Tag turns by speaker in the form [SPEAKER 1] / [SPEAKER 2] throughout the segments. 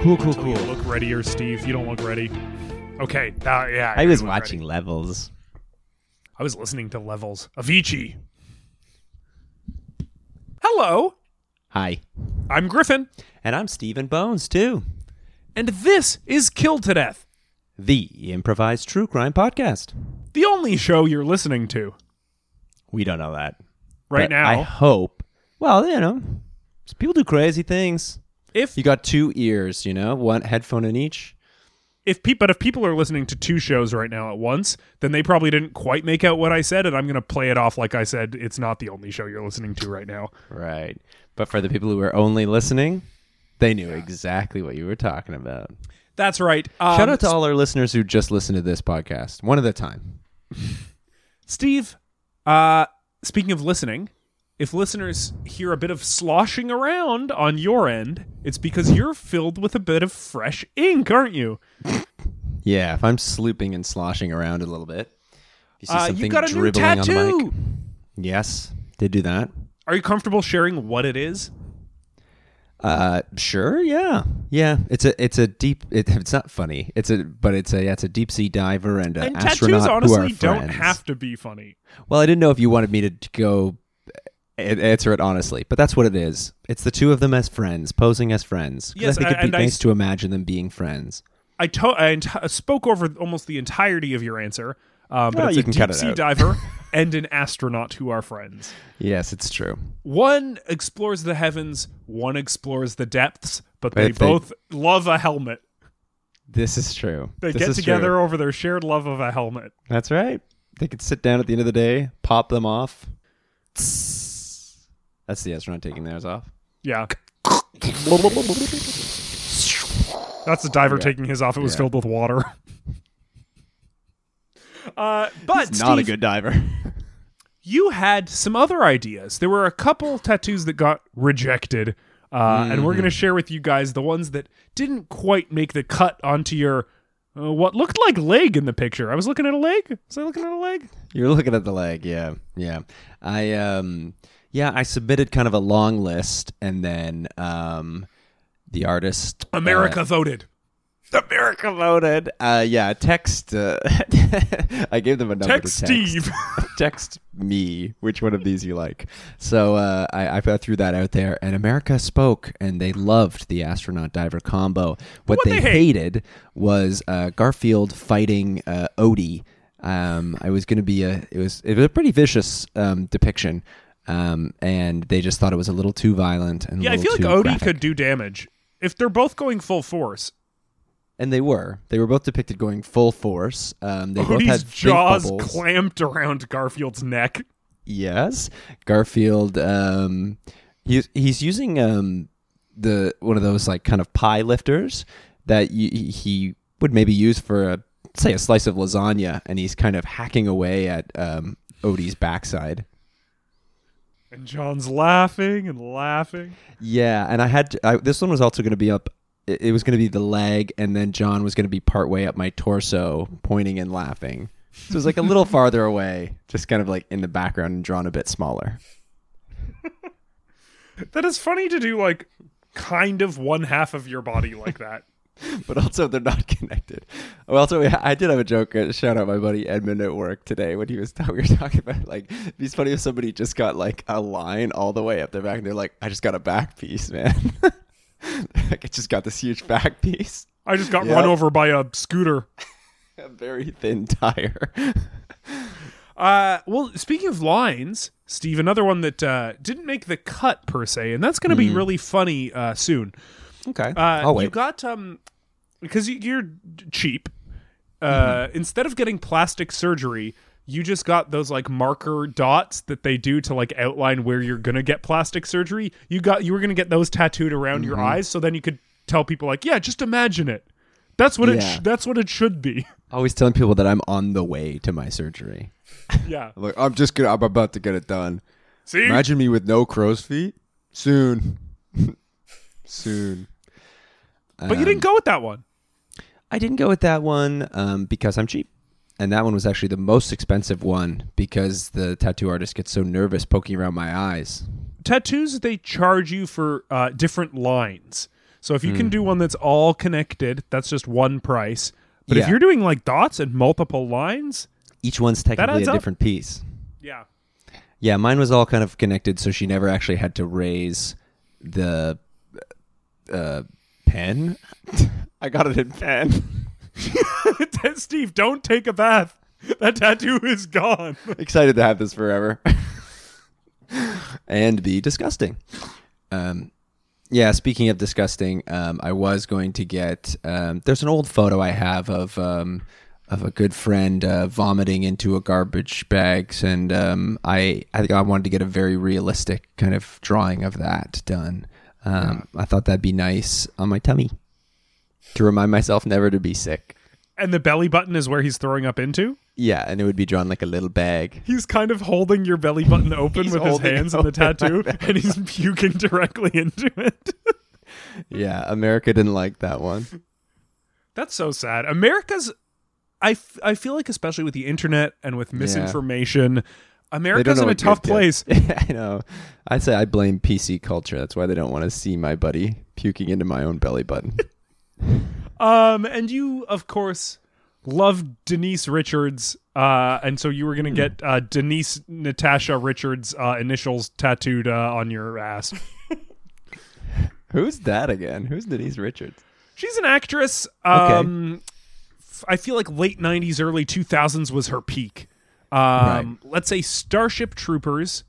[SPEAKER 1] Cool, cool,
[SPEAKER 2] Until Oh, You
[SPEAKER 1] cool.
[SPEAKER 2] look readier, Steve. You don't look ready. Okay. uh, yeah.
[SPEAKER 1] I
[SPEAKER 2] you
[SPEAKER 1] was
[SPEAKER 2] look ready.
[SPEAKER 1] watching Levels.
[SPEAKER 2] I was listening to levels. Avicii. Hello.
[SPEAKER 1] Hi.
[SPEAKER 2] I'm Griffin,
[SPEAKER 1] And I'm Stephen Bones, too.
[SPEAKER 2] and this is Killed to Death,
[SPEAKER 1] The improvised true crime podcast.
[SPEAKER 2] the only show you're listening to
[SPEAKER 1] We don't know that.
[SPEAKER 2] right
[SPEAKER 1] But
[SPEAKER 2] now.
[SPEAKER 1] I hope. Well, you know, people do crazy things.
[SPEAKER 2] if
[SPEAKER 1] You got two ears, you know, one headphone in each.
[SPEAKER 2] if people, but if people are listening to two shows right now at once, then they probably didn't quite make out what I said, and I'm going to play it off like I said it's not the only show you're listening to right now.
[SPEAKER 1] Right. But for the people who were only listening, they knew exactly what you were talking about.
[SPEAKER 2] That's right. Um,
[SPEAKER 1] Shout out to all our listeners who just listened to this podcast, one at a time.
[SPEAKER 2] Steve, uh, speaking of listening, if listeners hear a bit of sloshing around on your end, it's because you're filled with a bit of fresh ink, aren't you?
[SPEAKER 1] Yeah, if I'm slooping and sloshing around a little bit, you see
[SPEAKER 2] Uh,
[SPEAKER 1] something
[SPEAKER 2] you got a new
[SPEAKER 1] dribbling on the mic.
[SPEAKER 2] tattoo.
[SPEAKER 1] Yes, did do that.
[SPEAKER 2] Are you comfortable sharing what it is?
[SPEAKER 1] Uh, sure. Yeah, yeah. It's a it's a deep. It, it's not funny. It's a but it's a yeah, it's a deep sea diver and an
[SPEAKER 2] and
[SPEAKER 1] astronaut
[SPEAKER 2] tattoos
[SPEAKER 1] who are
[SPEAKER 2] honestly don't
[SPEAKER 1] friends.
[SPEAKER 2] have to be funny.
[SPEAKER 1] Well, I didn't know if you wanted me to t- go a- answer it honestly, but that's what it is. It's the two of them as friends, posing as friends. 'Cause
[SPEAKER 2] Yes,
[SPEAKER 1] I think it'd
[SPEAKER 2] and
[SPEAKER 1] be
[SPEAKER 2] I
[SPEAKER 1] nice
[SPEAKER 2] s-
[SPEAKER 1] to imagine them being friends.
[SPEAKER 2] I, to- I ent- uh, spoke over almost the entirety of your answer, um, but
[SPEAKER 1] Well,
[SPEAKER 2] it's
[SPEAKER 1] you
[SPEAKER 2] a
[SPEAKER 1] can
[SPEAKER 2] deep
[SPEAKER 1] cut it
[SPEAKER 2] sea
[SPEAKER 1] out.
[SPEAKER 2] diver and an astronaut who are friends.
[SPEAKER 1] Yes, it's true.
[SPEAKER 2] One explores the heavens, one explores the depths, but they
[SPEAKER 1] But they-
[SPEAKER 2] both love a helmet.
[SPEAKER 1] This is true.
[SPEAKER 2] They
[SPEAKER 1] This
[SPEAKER 2] get
[SPEAKER 1] is
[SPEAKER 2] together
[SPEAKER 1] true.
[SPEAKER 2] over their shared love of a helmet.
[SPEAKER 1] That's right. They could sit down at the end of the day, pop them off. That's the astronaut taking theirs off.
[SPEAKER 2] Yeah. That's the diver taking his off. It was
[SPEAKER 1] Yeah.
[SPEAKER 2] filled with water. uh, but
[SPEAKER 1] It's not a
[SPEAKER 2] Steve,
[SPEAKER 1] good diver.
[SPEAKER 2] you had some other ideas. There were a couple tattoos that got rejected, uh, and we're going
[SPEAKER 1] Mm-hmm.
[SPEAKER 2] to share with you guys the ones that didn't quite make the cut onto your uh, what looked like leg in the picture. I was looking at a leg. Was I looking at a leg?
[SPEAKER 1] You're looking at the leg, yeah, yeah. I um, yeah, I submitted kind of a long list, and then um, the artist uh,
[SPEAKER 2] America voted.
[SPEAKER 1] America voted. Uh, yeah, text. Uh, I gave them a number
[SPEAKER 2] Text
[SPEAKER 1] to text.
[SPEAKER 2] Steve.
[SPEAKER 1] text me which one of these you like. So uh, I, I threw that out there, and America spoke, and they loved the astronaut diver combo. What, they,
[SPEAKER 2] they hate?
[SPEAKER 1] hated was uh, Garfield fighting uh, Odie. Um, I was going to be a. It was it was a pretty vicious um, depiction. Um, and they just thought it was a little too violent and a
[SPEAKER 2] Yeah, I
[SPEAKER 1] little
[SPEAKER 2] feel like
[SPEAKER 1] too
[SPEAKER 2] Odie
[SPEAKER 1] graphic.
[SPEAKER 2] could do damage if they're both going full force.
[SPEAKER 1] and they were. They were both depicted going full force. Um, they both
[SPEAKER 2] Odie's
[SPEAKER 1] had think
[SPEAKER 2] jaws
[SPEAKER 1] bubbles.
[SPEAKER 2] clamped around Garfield's neck.
[SPEAKER 1] Yes, Garfield. Um, he's he's using um the one of those like kind of pie lifters that y- he would maybe use for a say a slice of lasagna, and he's kind of hacking away at um Odie's backside.
[SPEAKER 2] And John's laughing and laughing.
[SPEAKER 1] Yeah, and I had to, I, this one was also going to be up. It, it was going to be the leg, and then John was going to be part way up my torso, pointing and laughing. So it was like a little farther away, just kind of like in the background and drawn a bit smaller.
[SPEAKER 2] That is funny to do like kind of one half of your body like that.
[SPEAKER 1] but also they're not connected. Well, also yeah, I did have a joke. uh, Shout out my buddy Edmund at work today when he was we were talking about like it'd be funny if somebody just got like a line all the way up their back and they're like, I just got a back piece, man. like I just got this huge back piece,
[SPEAKER 2] I just got
[SPEAKER 1] Yep.
[SPEAKER 2] run over by a scooter.
[SPEAKER 1] a very thin tire.
[SPEAKER 2] Uh, well, speaking of lines, Steve, another one that uh, didn't make the cut per se, and that's going to be really funny uh, soon.
[SPEAKER 1] okay,
[SPEAKER 2] Uh,
[SPEAKER 1] I'll Hmm. Oh, wait.
[SPEAKER 2] You got um, because you, you're d- cheap. Uh,
[SPEAKER 1] Mm-hmm.
[SPEAKER 2] instead of getting plastic surgery, you just got those like marker dots that they do to like outline where you're gonna get plastic surgery. You got you were gonna get those tattooed around your
[SPEAKER 1] Mm-hmm.
[SPEAKER 2] eyes, so then you could tell people like, yeah, just imagine it. That's what it.
[SPEAKER 1] Yeah.
[SPEAKER 2] Sh- that's what it should be.
[SPEAKER 1] Always telling people that I'm on the way to my surgery.
[SPEAKER 2] yeah.
[SPEAKER 1] Look, I'm just gonna. I'm about to get it done.
[SPEAKER 2] See.
[SPEAKER 1] Imagine me with no crow's feet soon. soon.
[SPEAKER 2] but you didn't
[SPEAKER 1] Um,
[SPEAKER 2] go with that one.
[SPEAKER 1] I didn't go with that one um, because I'm cheap. And that one was actually the most expensive one because the tattoo artist gets so nervous poking around my eyes.
[SPEAKER 2] tattoos they charge you for uh, different lines so if you can
[SPEAKER 1] Hmm.
[SPEAKER 2] do one that's all connected that's just one price but if
[SPEAKER 1] Yeah.
[SPEAKER 2] you're doing like dots and multiple lines
[SPEAKER 1] Each one's technically
[SPEAKER 2] adds
[SPEAKER 1] a
[SPEAKER 2] up.
[SPEAKER 1] different piece.
[SPEAKER 2] yeah
[SPEAKER 1] Yeah, mine was all kind of connected, so she never actually had to raise the uh, pen. I got it in pen.
[SPEAKER 2] steve don't take a bath that tattoo is gone
[SPEAKER 1] Excited to have this forever and be disgusting. Um, yeah, speaking of disgusting, um, I was going to get. Um, there's an old photo I have of um, of a good friend uh, vomiting into a garbage bags, and um, I I think I wanted to get a very realistic kind of drawing of that done. Um, I thought that'd be nice on my tummy to remind myself never to be sick.
[SPEAKER 2] and the belly button is where he's throwing up into
[SPEAKER 1] Yeah, and it would be drawn like a little bag.
[SPEAKER 2] he's kind of holding your belly button open
[SPEAKER 1] He's
[SPEAKER 2] with his
[SPEAKER 1] holding
[SPEAKER 2] hands on the
[SPEAKER 1] open my
[SPEAKER 2] tattoo
[SPEAKER 1] belly
[SPEAKER 2] and he's puking directly into it
[SPEAKER 1] Yeah, America didn't like that one.
[SPEAKER 2] That's so sad. America's, I, f- I feel like especially with the internet and with misinformation, America's in a
[SPEAKER 1] what
[SPEAKER 2] tough
[SPEAKER 1] good
[SPEAKER 2] place.
[SPEAKER 1] is. I know. I say I blame PC culture. That's why they don't want to see my buddy puking into my own belly button.
[SPEAKER 2] Um, and you of course love Denise Richards, uh, and so you were
[SPEAKER 1] Hmm.
[SPEAKER 2] gonna get uh, Denise Natasha Richards uh, initials tattooed uh, on your ass.
[SPEAKER 1] Who's that again? Who's Denise Richards?
[SPEAKER 2] She's an actress. Um, f- I feel like late '90s, early 2000s was her peak. Um, Let's say Starship Troopers.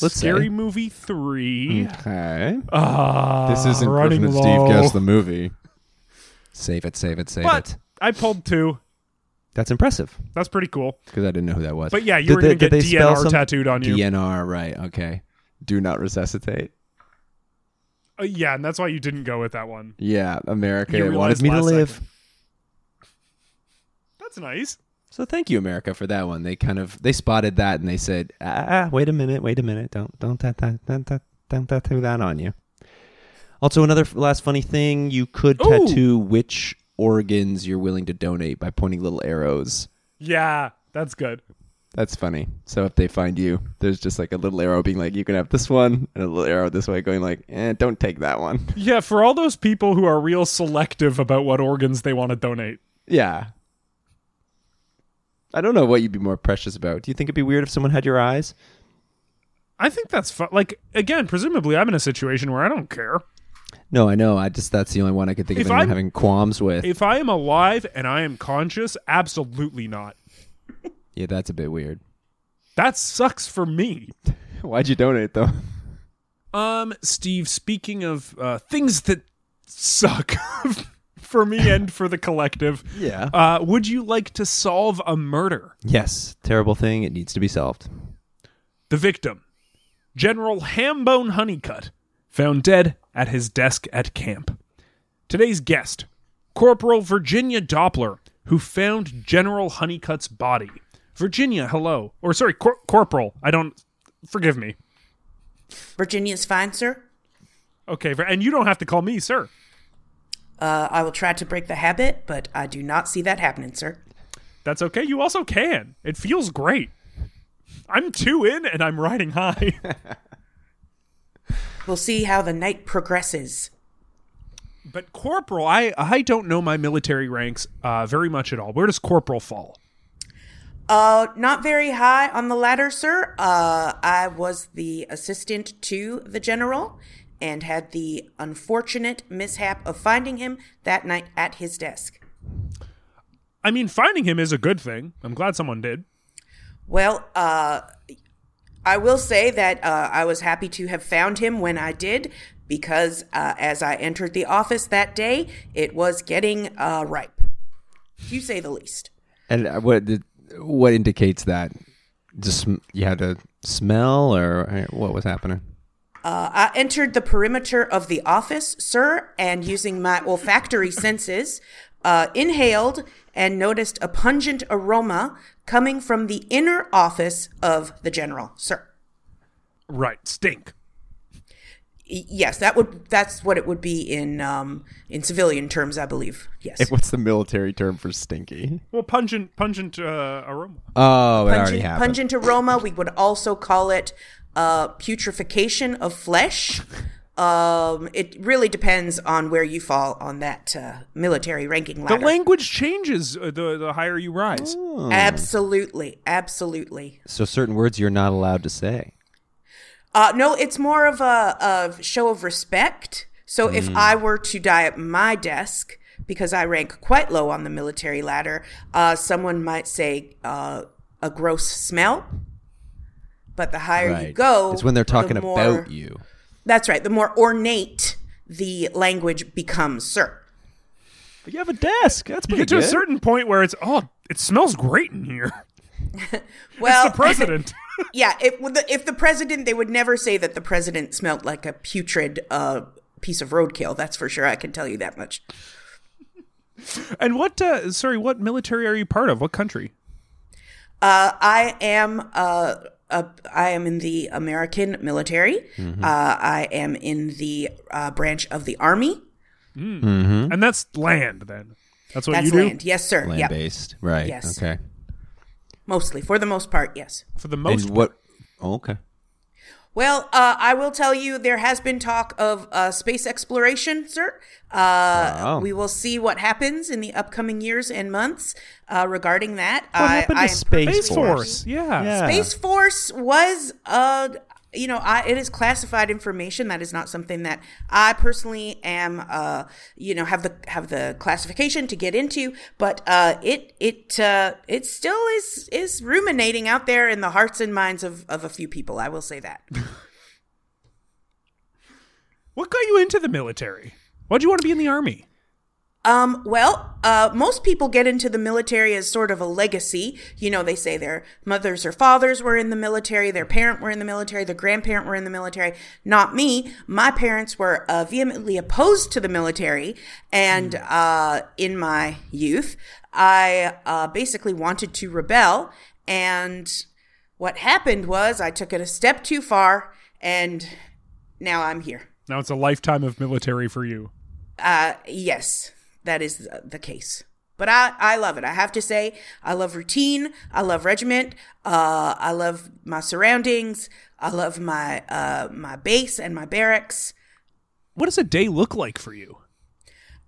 [SPEAKER 1] Let's
[SPEAKER 2] Scary
[SPEAKER 1] say. Hmm.
[SPEAKER 2] Movie Three.
[SPEAKER 1] Okay.
[SPEAKER 2] Ah, running low.
[SPEAKER 1] movie. Save it, save it, save
[SPEAKER 2] But
[SPEAKER 1] it.
[SPEAKER 2] I pulled two.
[SPEAKER 1] That's impressive
[SPEAKER 2] That's pretty cool.
[SPEAKER 1] because I didn't know who that was.
[SPEAKER 2] But yeah, you
[SPEAKER 1] Did
[SPEAKER 2] were
[SPEAKER 1] they-
[SPEAKER 2] gonna
[SPEAKER 1] did
[SPEAKER 2] get
[SPEAKER 1] they spell
[SPEAKER 2] DNR
[SPEAKER 1] some-
[SPEAKER 2] tattooed on you.
[SPEAKER 1] DNR, right. Okay. Do not resuscitate.
[SPEAKER 2] Uh, yeah, and that's why you didn't go with that one.
[SPEAKER 1] Yeah, America
[SPEAKER 2] You
[SPEAKER 1] it wanted
[SPEAKER 2] realized
[SPEAKER 1] me to
[SPEAKER 2] last
[SPEAKER 1] live.
[SPEAKER 2] second. That's nice.
[SPEAKER 1] So thank you, America, for that one. They kind of they spotted that and they said, "Ah, wait a minute, wait a minute, don't don't that that don't that don't tattoo that on you." Also, another f- last funny thing: you could
[SPEAKER 2] Ooh.
[SPEAKER 1] tattoo which organs you're willing to donate by pointing little arrows.
[SPEAKER 2] Yeah, that's good.
[SPEAKER 1] That's funny. So if they find you, there's just like a little arrow being like, "You can have this one," and a little arrow this way going like, "Eh, don't take that one."
[SPEAKER 2] Yeah, for all those people who are real selective about what organs they want to donate.
[SPEAKER 1] yeah. I don't know what you'd be more precious about. Do you think it'd be weird if someone had your eyes?
[SPEAKER 2] I think that's fu- like again, presumably I'm in a situation where I don't care.
[SPEAKER 1] No, I know. I just that's the only one I could think
[SPEAKER 2] If
[SPEAKER 1] of anyone
[SPEAKER 2] I'm-
[SPEAKER 1] having qualms with.
[SPEAKER 2] If I am alive and I am conscious, absolutely not.
[SPEAKER 1] yeah, that's a bit weird.
[SPEAKER 2] That sucks for me.
[SPEAKER 1] Why'd you donate though?
[SPEAKER 2] Um, Steve, speaking of uh, things that suck for me and for the collective,
[SPEAKER 1] Yeah.
[SPEAKER 2] uh, would you like to solve a murder?
[SPEAKER 1] yes, terrible thing. It needs to be solved.
[SPEAKER 2] The victim, General Hambone Honeycutt, found dead at his desk at camp. Today's guest, Corporal Virginia Doppler, who found General Honeycutt's body. Virginia, hello. Or sorry, cor- Corporal. I don't. Forgive me.
[SPEAKER 3] Virginia's fine, sir.
[SPEAKER 2] Okay, Vir- and you don't have to call me, sir.
[SPEAKER 3] Uh, I will try to break the habit, but I do not see that happening, sir.
[SPEAKER 2] That's okay. You also can. It feels great. I'm two in and I'm riding high.
[SPEAKER 3] We'll see how the night progresses.
[SPEAKER 2] But corporal, I I don't know my military ranks uh, very much at all. Where does corporal fall?
[SPEAKER 3] Uh, not very high on the ladder, sir. Uh, I was the assistant to the general and had the unfortunate mishap of finding him that night at his desk.
[SPEAKER 2] I mean, finding him is a good thing. I'm glad someone did.
[SPEAKER 3] Well, uh, I will say that uh, I was happy to have found him when I did because uh, as I entered the office that day, it was getting uh, ripe. You say the least.
[SPEAKER 1] And uh, what did, what indicates that? Just sm- you had a smell, or uh, what was happening?
[SPEAKER 3] I entered the perimeter of the office, sir, and using my olfactory senses, uh, inhaled and noticed a pungent aroma coming from the inner office of the general, sir.
[SPEAKER 2] Right, stink.
[SPEAKER 3] Y- Yes, that would that's what it would be in um, in civilian terms, I believe. Yes,
[SPEAKER 1] What's the military term for stinky?
[SPEAKER 2] Well, pungent, pungent uh, aroma.
[SPEAKER 1] Oh, it already
[SPEAKER 3] pungent,
[SPEAKER 1] happened.
[SPEAKER 3] pungent aroma. We would also call it uh, putrefaction of flesh. Um, it really depends on where you fall on that uh, military ranking
[SPEAKER 2] The
[SPEAKER 3] ladder.
[SPEAKER 2] language changes uh, the the higher you rise.
[SPEAKER 3] Absolutely, absolutely.
[SPEAKER 1] So certain words you're not allowed to say.
[SPEAKER 3] Uh, no, it's more of a of show of respect. So if
[SPEAKER 1] Mm.
[SPEAKER 3] I were to die at my desk because I rank quite low on the military ladder, uh, someone might say uh, a gross smell. But the higher you go,
[SPEAKER 1] It's when they're
[SPEAKER 3] the
[SPEAKER 1] talking
[SPEAKER 3] more-
[SPEAKER 1] about you.
[SPEAKER 3] That's right. The more ornate the language becomes, sir.
[SPEAKER 1] But you have a desk. That's
[SPEAKER 2] You get to a certain point where it's oh, it smells great in here.
[SPEAKER 3] Well,
[SPEAKER 2] The president.
[SPEAKER 3] yeah. If with the, if the president, they would never say that the president smelled like a putrid uh, piece of roadkill. That's for sure. I can tell you that much.
[SPEAKER 2] and what? Uh, sorry, what military are you part of? What country?
[SPEAKER 3] Uh, I am uh, a, I am in the American military.
[SPEAKER 1] Mm-hmm.
[SPEAKER 3] Uh, I am in the uh, branch of the army.
[SPEAKER 2] And that's land. Then that's
[SPEAKER 1] Oh,
[SPEAKER 2] what
[SPEAKER 3] Hmm? That's
[SPEAKER 2] you do
[SPEAKER 3] land. Yes, sir.
[SPEAKER 1] land
[SPEAKER 3] yeah,
[SPEAKER 1] based, right?
[SPEAKER 3] Yes.
[SPEAKER 1] Okay.
[SPEAKER 3] mostly for the most part. Yes.
[SPEAKER 2] for the most.
[SPEAKER 1] And what? Okay.
[SPEAKER 3] Well, uh, I will tell you, there has been talk of uh, space exploration, sir. Uh,
[SPEAKER 1] Wow.
[SPEAKER 3] We will see what happens in the upcoming years and months uh, regarding that.
[SPEAKER 1] What happened to
[SPEAKER 3] am
[SPEAKER 1] Space
[SPEAKER 2] Space
[SPEAKER 1] Force.
[SPEAKER 2] Force. Yeah.
[SPEAKER 3] Space Force was, uh, you know, I, it is classified information. That is not something that I personally am, uh, you know, have the have the classification to get into. But uh, it it uh, it still is is ruminating out there in the hearts and minds of of a few people. I will say that.
[SPEAKER 2] What got you into the military? Why'd you want to be in the army?
[SPEAKER 3] Um, well, uh, most people get into the military as sort of a legacy. You know, they say their mothers or fathers were in the military, their parent were in the military, their grandparent were in the military. Not me. My parents were uh, vehemently opposed to the military, and uh, in my youth, I uh, basically wanted to rebel. And what happened was I took it a step too far, and now I'm here.
[SPEAKER 2] Now it's a lifetime of military for you.
[SPEAKER 3] Uh, yes, that is th- the case. But I, I love it. I have to say, I love routine. I love regiment. Uh, I love my surroundings. I love my uh, my base and my barracks.
[SPEAKER 2] What does a day look like for you?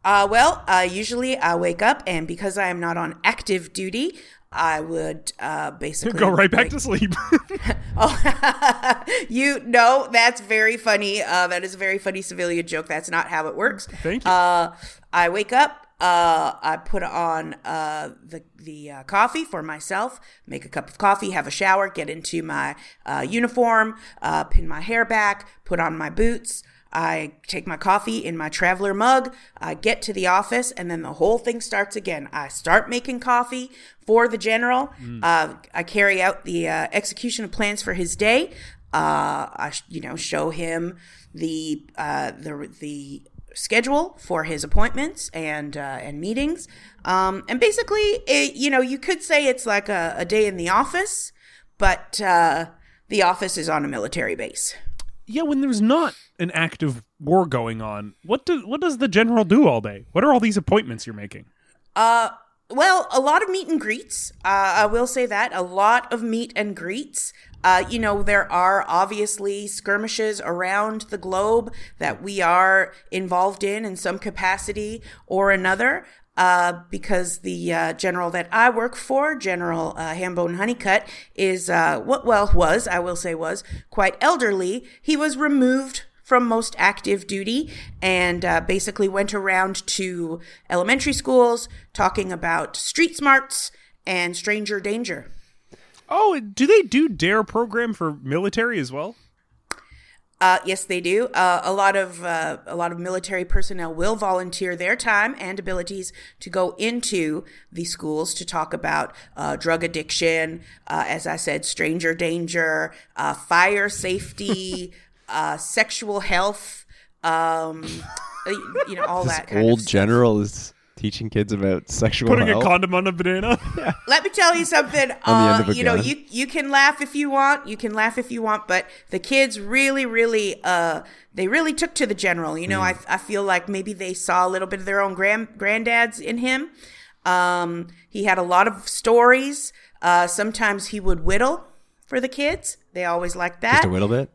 [SPEAKER 3] Uh, well, uh, usually I wake up, and because I am not on active duty, I would uh, basically
[SPEAKER 2] Go right back to sleep.
[SPEAKER 3] Oh, you no, that's very funny. Uh, that is a very funny civilian joke. That's not how it works.
[SPEAKER 2] Thank you.
[SPEAKER 3] Uh, I wake up. Uh, I put on uh, the the uh, coffee for myself. Make a cup of coffee. Have a shower. Get into my uh, uniform. Uh, pin my hair back. Put on my boots. I take my coffee in my traveler mug. I get to the office, and then the whole thing starts again. I start making coffee for the general. Uh, I carry out the uh, execution of plans for his day. Uh, I, sh- you know, show him the uh, the the schedule for his appointments and uh, and meetings. Um, and basically, it, you know, you could say it's like a, a day in the office, but uh, the office is on a military base.
[SPEAKER 2] yeah, when there's not an active war going on, what do what does the general do all day? What are all these appointments you're making?
[SPEAKER 3] Well, a lot of meet and greets. Uh, I will say that a lot of meet and greets. Uh, you know, there are obviously skirmishes around the globe that we are involved in in some capacity or another. Uh, because the uh, general that I work for, General uh, Hambone Honeycutt, is uh, what well was I will say was quite elderly. He was removed from most active duty and uh, basically went around to elementary schools talking about street smarts and stranger danger.
[SPEAKER 2] Oh, do they do Dare program for military as well?
[SPEAKER 3] Uh, yes, they do. Uh, a lot of uh, a lot of military personnel will volunteer their time and abilities to go into the schools to talk about uh, drug addiction, uh, as I said, stranger danger, uh, fire safety, uh, sexual health, um, uh, you know, all
[SPEAKER 1] This
[SPEAKER 3] that kind of
[SPEAKER 1] old
[SPEAKER 3] stuff.
[SPEAKER 1] general is teaching kids about sexual
[SPEAKER 2] Putting
[SPEAKER 1] health.
[SPEAKER 2] a condom on a banana.
[SPEAKER 3] Let me tell you something.
[SPEAKER 1] On the end
[SPEAKER 3] Uh,
[SPEAKER 1] of a
[SPEAKER 3] you know,
[SPEAKER 1] gun.
[SPEAKER 3] you you can laugh if you want. You can laugh if you want, but the kids really, really, uh, they really took to the general. You know,
[SPEAKER 1] Mm.
[SPEAKER 3] I I feel like maybe they saw a little bit of their own grand granddads in him. Um, he had a lot of stories. Uh, sometimes he would whittle for the kids. They always liked that.
[SPEAKER 1] Just a little bit.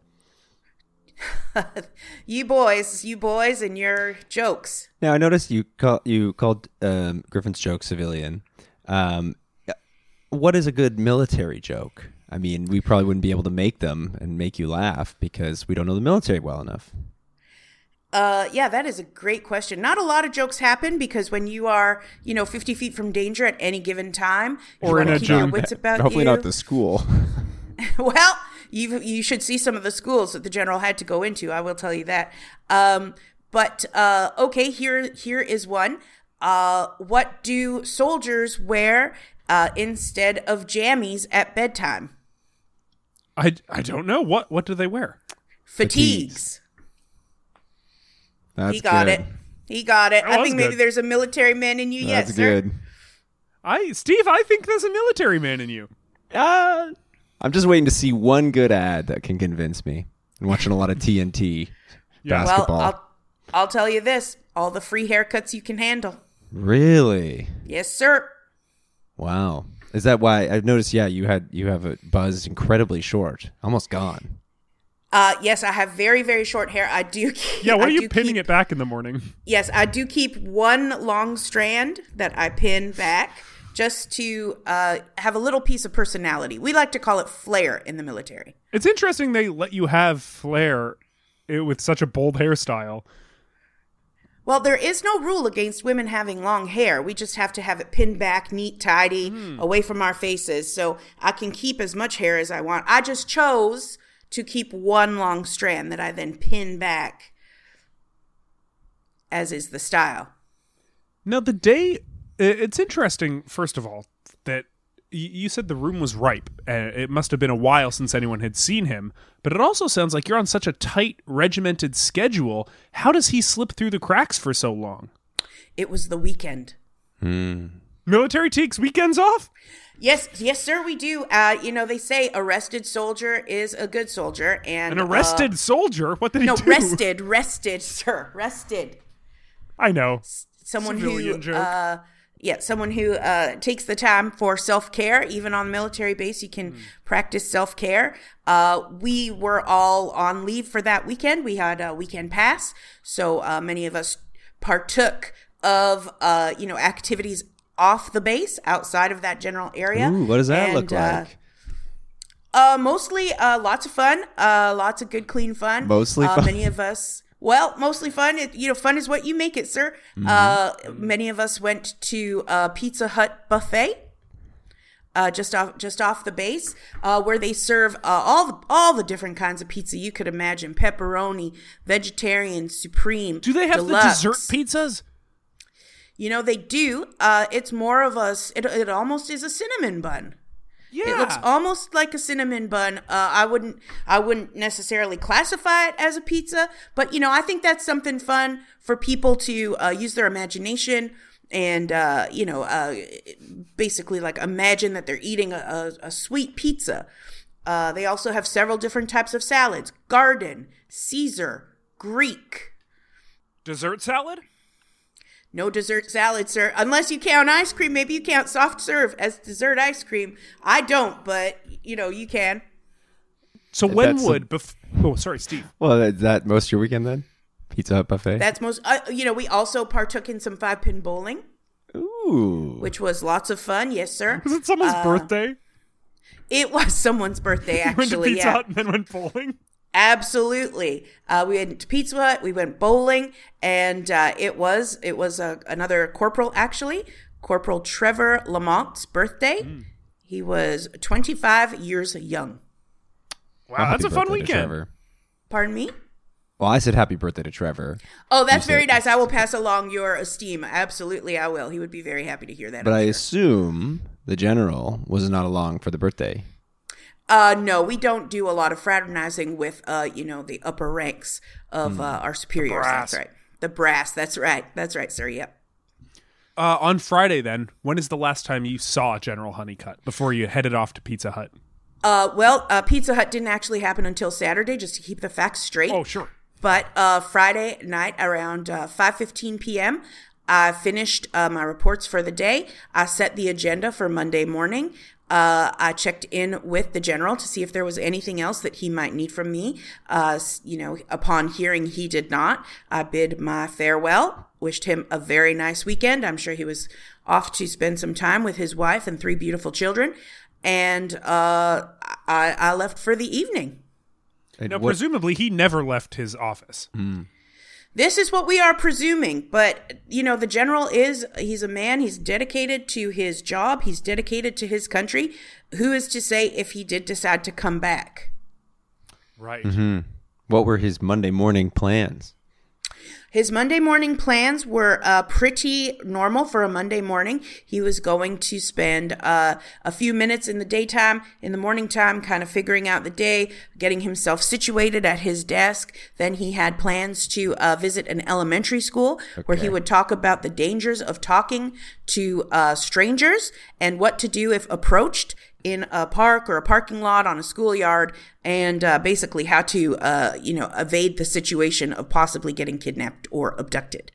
[SPEAKER 3] you boys, you boys, and your jokes.
[SPEAKER 1] Now I noticed you call you called um, Griffin's joke civilian. Um, what is a good military joke? I mean, we probably wouldn't be able to make them and make you laugh because we don't know the military well enough.
[SPEAKER 3] Uh, yeah, that is a great question. Not a lot of jokes happen because when you are, you know, 50 feet from danger at any given time, you
[SPEAKER 2] Or
[SPEAKER 3] wanna
[SPEAKER 2] in a
[SPEAKER 3] keep your
[SPEAKER 2] jump.
[SPEAKER 3] wits about
[SPEAKER 1] Hopefully
[SPEAKER 3] you.
[SPEAKER 1] not the school.
[SPEAKER 3] well, you you should see some of the schools that the general had to go into. I will tell you that. Um, but uh, okay, here here is one. Uh, what do soldiers wear uh, instead of jammies at bedtime?
[SPEAKER 2] I, I don't know what what do they wear.
[SPEAKER 3] Fatigues.
[SPEAKER 1] That's
[SPEAKER 3] He got
[SPEAKER 1] good.
[SPEAKER 3] it. He got it.
[SPEAKER 2] That
[SPEAKER 3] I
[SPEAKER 2] was
[SPEAKER 3] think maybe
[SPEAKER 2] good.
[SPEAKER 3] there's a military man in you.
[SPEAKER 1] That's
[SPEAKER 3] yes, sir.
[SPEAKER 1] good.
[SPEAKER 2] I Steve, I think there's a military man in you.
[SPEAKER 1] Uh, I'm just waiting to see one good ad that can convince me. I'm watching a lot of TNT
[SPEAKER 2] Yeah.
[SPEAKER 3] Well,
[SPEAKER 1] basketball.
[SPEAKER 3] I'll, I'll tell you this all the free haircuts you can handle.
[SPEAKER 1] really?
[SPEAKER 3] Yes, sir.
[SPEAKER 1] Wow. Is that why I've noticed? Yeah, you had you have it buzzed incredibly short, almost gone.
[SPEAKER 3] Uh, yes, I have very, very short hair. I do keep.
[SPEAKER 2] Yeah, what
[SPEAKER 3] I
[SPEAKER 2] are
[SPEAKER 3] do
[SPEAKER 2] you pinning
[SPEAKER 3] keep-
[SPEAKER 2] it back in the morning?
[SPEAKER 3] Yes, I do keep one long strand that I pin back just to uh, have a little piece of personality. We like to call it flair in the military.
[SPEAKER 2] It's interesting they let you have flair eh, with such a bold hairstyle.
[SPEAKER 3] Well, there is no rule against women having long hair. We just have to have it pinned back, neat, tidy,
[SPEAKER 2] Hmm.
[SPEAKER 3] away from our faces. So I can keep as much hair as I want. I just chose to keep one long strand that I then pin back, as is the style.
[SPEAKER 2] Now the day i- it's interesting first of all that y- you said the room was ripe and it must have been a while since anyone had seen him, but it also sounds like you're on such a tight regimented schedule. How does he slip through the cracks for so long?
[SPEAKER 3] It was the weekend.
[SPEAKER 2] Military takes weekends off?
[SPEAKER 3] Yes, yes, sir, we do. Uh, you know, they say arrested soldier is a good soldier, and
[SPEAKER 2] An
[SPEAKER 3] uh,
[SPEAKER 2] arrested soldier? What did he
[SPEAKER 3] no,
[SPEAKER 2] do?
[SPEAKER 3] rested, rested, sir, rested.
[SPEAKER 2] I know.
[SPEAKER 3] someone
[SPEAKER 2] Civilian
[SPEAKER 3] who
[SPEAKER 2] joke.
[SPEAKER 3] uh yeah someone who uh takes the time for self-care even on the military base you can
[SPEAKER 1] Hmm.
[SPEAKER 3] practice self-care uh we were all on leave for that weekend we had a weekend pass so uh many of us partook of uh you know activities off the base outside of that general area
[SPEAKER 1] Ooh, what does that look
[SPEAKER 3] And, uh,
[SPEAKER 1] like?
[SPEAKER 3] uh, mostly uh, lots of fun, uh, lots of good, clean fun.
[SPEAKER 1] Mostly
[SPEAKER 3] uh,
[SPEAKER 1] fun.
[SPEAKER 3] Many of us, well, mostly fun. It, you know, fun is what you make it, sir.
[SPEAKER 1] Mm-hmm.
[SPEAKER 3] Uh, many of us went to uh, Pizza Hut buffet. Uh, just off, just off the base, uh, where they serve uh, all the, all the different kinds of pizza you could imagine: pepperoni, vegetarian, supreme.
[SPEAKER 2] Do they have
[SPEAKER 3] deluxe.
[SPEAKER 2] the dessert pizzas?
[SPEAKER 3] You know they do. Uh, it's more of a. s- It, it almost is a cinnamon bun.
[SPEAKER 2] Yeah.
[SPEAKER 3] It looks almost like a cinnamon bun. Uh, I wouldn't I wouldn't necessarily classify it as a pizza, but you know I think that's something fun for people to uh, use their imagination and uh, you know uh, basically like imagine that they're eating a, a, a sweet pizza. Uh, they also have several different types of salads: garden, Caesar, Greek.
[SPEAKER 2] dessert salad?
[SPEAKER 3] No dessert salad, sir. Unless you count ice cream, maybe you count soft serve as dessert ice cream. I don't, but you know you can.
[SPEAKER 2] So when
[SPEAKER 1] That's a-
[SPEAKER 2] would bef- oh sorry Steve
[SPEAKER 1] Well, is that most of your weekend then? Pizza Hut buffet.
[SPEAKER 3] That's most. Uh, you know, we also partook in some five pin bowling,
[SPEAKER 1] Ooh.
[SPEAKER 3] which was lots of fun. Yes, sir.
[SPEAKER 2] was it someone's
[SPEAKER 3] Uh,
[SPEAKER 2] birthday?
[SPEAKER 3] It was someone's birthday
[SPEAKER 2] You went to
[SPEAKER 3] actually.
[SPEAKER 2] Pizza
[SPEAKER 3] yeah.
[SPEAKER 2] Hut and then went bowling.
[SPEAKER 3] Absolutely. Uh, we went to Pizza Hut. We went bowling, and uh, it was it was uh, another corporal actually, Corporal Trevor Lamont's birthday.
[SPEAKER 2] Mm.
[SPEAKER 3] He was 25 years young.
[SPEAKER 1] Well,
[SPEAKER 2] Wow, that's
[SPEAKER 1] happy
[SPEAKER 2] a fun
[SPEAKER 1] birthday to
[SPEAKER 2] weekend.
[SPEAKER 1] Trevor.
[SPEAKER 3] Pardon me.
[SPEAKER 1] Well, I said happy birthday to Trevor,
[SPEAKER 3] Oh, that's very nice. I will pass along your esteem. Absolutely, I will. He would be very happy to hear that.
[SPEAKER 1] but I assume the general was not along for the birthday.
[SPEAKER 3] Uh, no, we don't do a lot of fraternizing with, uh, you know, the upper ranks of uh, our superiors.
[SPEAKER 2] brass.
[SPEAKER 3] That's right. The brass. That's right. That's right, sir. Yep.
[SPEAKER 2] Uh, on Friday, then, when is the last time you saw General Honeycutt before you headed off to Pizza Hut?
[SPEAKER 3] Uh, well, uh, Pizza Hut didn't actually happen until Saturday, just to keep the facts straight.
[SPEAKER 2] Oh, sure.
[SPEAKER 3] But uh, Friday night around uh, 5.15 p.m., I finished uh, my reports for the day. I set the agenda for Monday morning. Uh, I checked in with the general to see if there was anything else that he might need from me. Uh, s- you know, upon hearing he did not, I bid my farewell, wished him a very nice weekend. I'm sure he was off to spend some time with his wife and three beautiful children. And uh, I, I left for the evening.
[SPEAKER 1] And
[SPEAKER 2] Now,
[SPEAKER 1] what-
[SPEAKER 2] presumably, he never left his office.
[SPEAKER 3] This is what we are presuming, but you know, the general is he's a man, he's dedicated to his job, he's dedicated to his country. Who is to say if he did decide to come back?
[SPEAKER 1] Mm-hmm.
[SPEAKER 2] Right.
[SPEAKER 1] what were his Monday morning plans?
[SPEAKER 3] His Monday morning plans were uh, pretty normal for a Monday morning. He was going to spend uh, a few minutes in the daytime, in the morning time, kind of figuring out the day, getting himself situated at his desk. Then he had plans to uh, visit an elementary school where he would talk about the dangers of talking to uh, strangers and what to do if approached in a park or a parking lot on a schoolyard and uh, basically how to uh, you know evade the situation of possibly getting kidnapped or abducted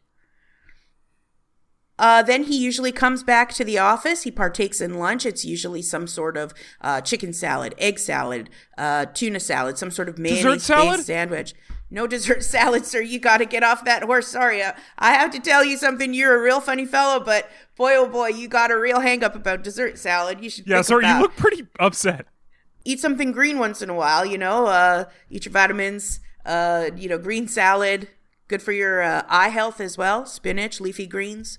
[SPEAKER 3] uh, then he usually comes back to the office he partakes in lunch it's usually some sort of uh, chicken salad egg salad uh, tuna salad some sort of mayonnaise
[SPEAKER 2] salad?
[SPEAKER 3] sandwich no dessert salad sir you got to get off that horse sorry uh, i have to tell you something you're a real funny fellow but boy oh boy you got a real hang up about dessert salad you should
[SPEAKER 2] Yeah,
[SPEAKER 3] think
[SPEAKER 2] sorry,
[SPEAKER 3] about
[SPEAKER 2] you look pretty upset.
[SPEAKER 3] eat something green once in a while, you know, uh, eat your vitamins, uh, you know, green salad, good for your uh, eye health as well, spinach, leafy greens,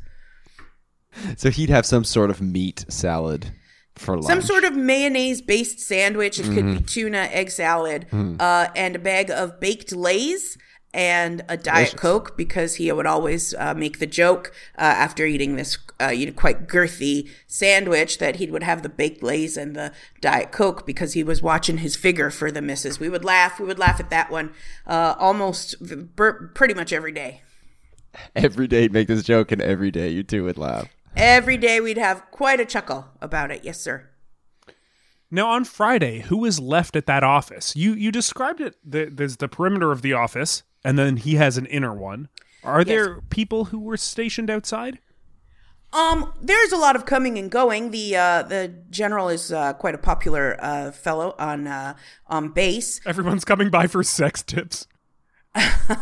[SPEAKER 1] So he'd have some sort of meat salad for lunch.
[SPEAKER 3] some sort of mayonnaise based sandwich. It could be tuna, egg salad, uh, and a bag of baked lays. And a diet coke because he would always uh, make the joke uh, after eating this, uh, you know, quite girthy sandwich that he would have the baked lays and the diet coke because he was watching his figure for the misses. We would laugh, we would laugh at that one uh, almost v- bur- pretty much every day.
[SPEAKER 1] every day he'd make this joke, and every day you two would laugh.
[SPEAKER 3] Every day we'd have quite a chuckle about it. Yes, sir.
[SPEAKER 2] Now, on Friday, who was left at that office? You you described it. The, there's the perimeter of the office, and then he has an inner one. Are there people who were stationed outside?
[SPEAKER 3] Um, there's a lot of coming and going. The uh, the general is uh, quite a popular uh, fellow on uh, on base.
[SPEAKER 2] Everyone's coming by for sex tips.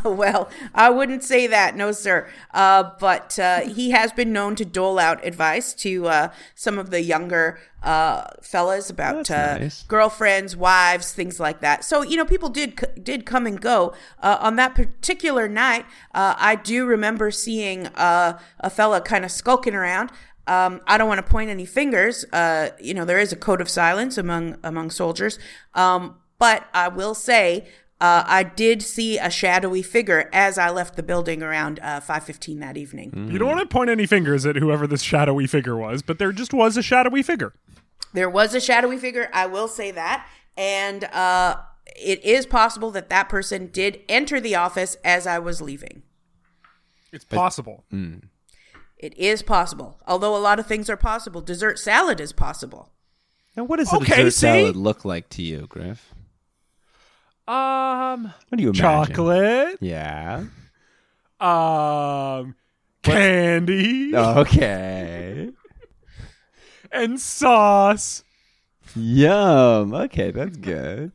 [SPEAKER 3] well, I wouldn't say that, no sir. Uh, but uh, he has been known to dole out advice to uh, some of the younger uh, fellas about uh,
[SPEAKER 1] That's nice.
[SPEAKER 3] girlfriends, wives, things like that. So you know, people did c- did come and go. Uh, on that particular night, uh, I do remember seeing uh, a fella kind of skulking around. Um, I don't want to point any fingers. Uh, you know, there is a code of silence among among soldiers. Um, but I will say, uh, I did see a shadowy figure as I left the building around uh, five fifteen that evening.
[SPEAKER 2] You don't want to point any fingers at whoever this shadowy figure was, but there just was a shadowy figure.
[SPEAKER 3] There was a shadowy figure, I will say that. And uh, it is possible that that person did enter the office as I was leaving.
[SPEAKER 2] It's possible.
[SPEAKER 3] It is possible. Although a lot of things are possible, dessert salad is possible.
[SPEAKER 1] Now, what does a
[SPEAKER 2] Okay,
[SPEAKER 1] dessert
[SPEAKER 2] see?
[SPEAKER 1] salad look like to you, Griff?
[SPEAKER 2] Um,
[SPEAKER 1] What do you imagine?
[SPEAKER 2] chocolate.
[SPEAKER 1] Yeah.
[SPEAKER 2] Um, candy
[SPEAKER 1] Okay.
[SPEAKER 2] and sauce.
[SPEAKER 1] Yum. Okay, that's good.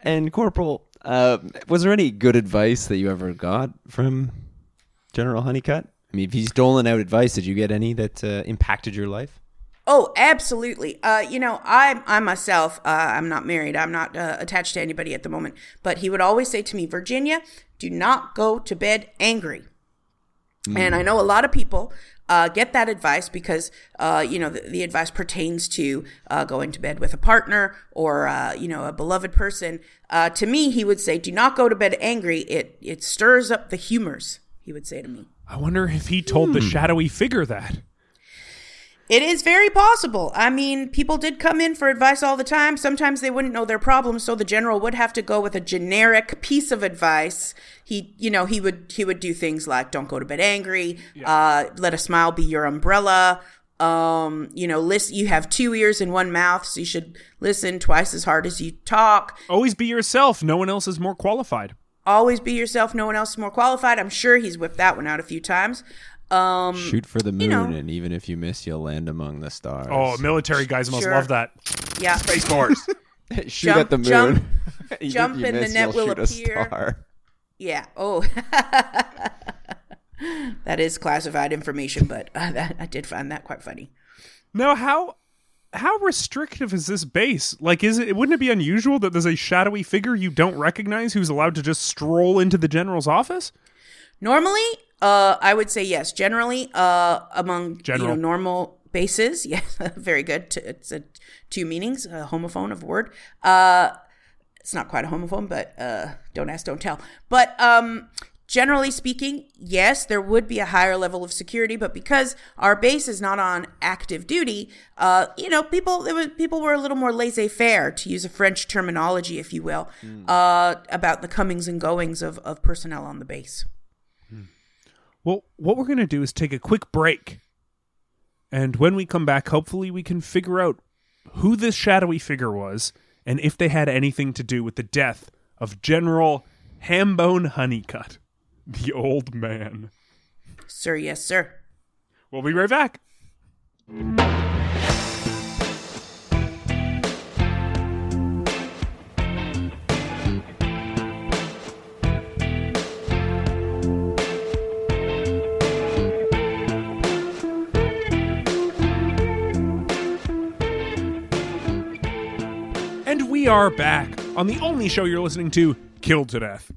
[SPEAKER 1] And Corporal, uh, was there any good advice that you ever got from General Honeycutt? I mean, if he's doling out advice, did you get any that uh, impacted your life?
[SPEAKER 3] Oh, absolutely. Uh, you know, I, I myself, uh, I'm not married. I'm not uh, attached to anybody at the moment. But he would always say to me, Virginia, do not go to bed angry. And I know a lot of people uh, get that advice because, uh, you know, the, the advice pertains to uh, going to bed with a partner or, uh, you know, a beloved person. Uh, to me, he would say, do not go to bed angry. It, it stirs up the humors, he would say to me.
[SPEAKER 2] I wonder if he told the shadowy figure that.
[SPEAKER 3] It is very possible. I mean, people did come in for advice all the time. Sometimes they wouldn't know their problem, so the general would have to go with a generic piece of advice. He, you know, he would he would do things like don't go to bed angry, uh, let a smile be your umbrella. Um, you know, listen. You have two ears and one mouth, so you should listen twice as hard as you talk.
[SPEAKER 2] Always be yourself. No one else is more qualified.
[SPEAKER 3] Always be yourself. No one else is more qualified. I'm sure he's whipped that one out a few times. Um,
[SPEAKER 1] Shoot for the moon,
[SPEAKER 3] know-
[SPEAKER 1] and even if you miss, you'll land among the stars.
[SPEAKER 2] Oh, military guys must
[SPEAKER 3] Sure.
[SPEAKER 2] love that.
[SPEAKER 3] yeah.
[SPEAKER 4] Space Force.
[SPEAKER 1] shoot
[SPEAKER 3] jump,
[SPEAKER 1] at the moon.
[SPEAKER 3] jump,
[SPEAKER 1] Even if
[SPEAKER 3] jump
[SPEAKER 1] you
[SPEAKER 3] and the
[SPEAKER 1] miss,
[SPEAKER 3] net
[SPEAKER 1] you'll
[SPEAKER 3] will
[SPEAKER 1] shoot a
[SPEAKER 3] appear.
[SPEAKER 1] star.
[SPEAKER 3] Yeah. Oh. that is classified information, but uh, that, I did find that quite funny.
[SPEAKER 2] Now, how how restrictive is this base? Like, is it wouldn't it be unusual that there's a shadowy figure you don't recognize who's allowed to just stroll into the general's office?
[SPEAKER 3] Normally, uh, I would say yes. Generally, uh, among
[SPEAKER 2] General.
[SPEAKER 3] you know normal bases, yes, very good. T- It's a two meanings, a homophone of a word. Uh, it's not quite a homophone, but uh, don't ask, don't tell. But um, generally speaking, yes, there would be a higher level of security, but because our base is not on active duty, uh, you know, people there was, people were a little more laissez-faire, to use a French terminology, if you will, uh, about the comings and goings of, of personnel on the base.
[SPEAKER 2] Well, what we're going to do is take a quick break. And when we come back, hopefully we can figure out who this shadowy figure was and if they had anything to do with the death of General Hambone Honeycutt, the old man.
[SPEAKER 3] Sir, yes, sir.
[SPEAKER 2] We'll be right back. And we are back on the only show you're listening to, Killed to Death.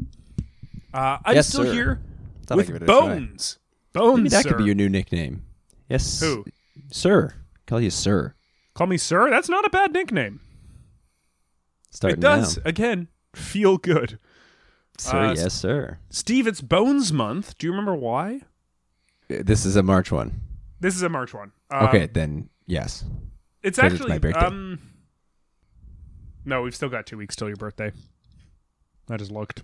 [SPEAKER 2] Uh, I'm
[SPEAKER 1] Yes,
[SPEAKER 2] still
[SPEAKER 1] sir.
[SPEAKER 2] here
[SPEAKER 1] Thought I'd give it
[SPEAKER 2] with
[SPEAKER 1] a try.
[SPEAKER 2] Bones. Bones,
[SPEAKER 1] Maybe that
[SPEAKER 2] sir.
[SPEAKER 1] could be your new nickname. Yes.
[SPEAKER 2] Who?
[SPEAKER 1] Sir. Call you Sir.
[SPEAKER 2] Call me sir. That's not a bad nickname.
[SPEAKER 1] Starting
[SPEAKER 2] it does
[SPEAKER 1] now.
[SPEAKER 2] again feel good.
[SPEAKER 1] Sir,
[SPEAKER 2] uh,
[SPEAKER 1] yes, sir.
[SPEAKER 2] Steve, it's Bones Month. Do you remember why?
[SPEAKER 1] This is a March one.
[SPEAKER 2] This is a March one. Uh,
[SPEAKER 1] okay, then yes.
[SPEAKER 2] it's
[SPEAKER 1] 'cause it's
[SPEAKER 2] actually
[SPEAKER 1] my birthday.
[SPEAKER 2] um. No, we've still got two weeks till your birthday. I just looked.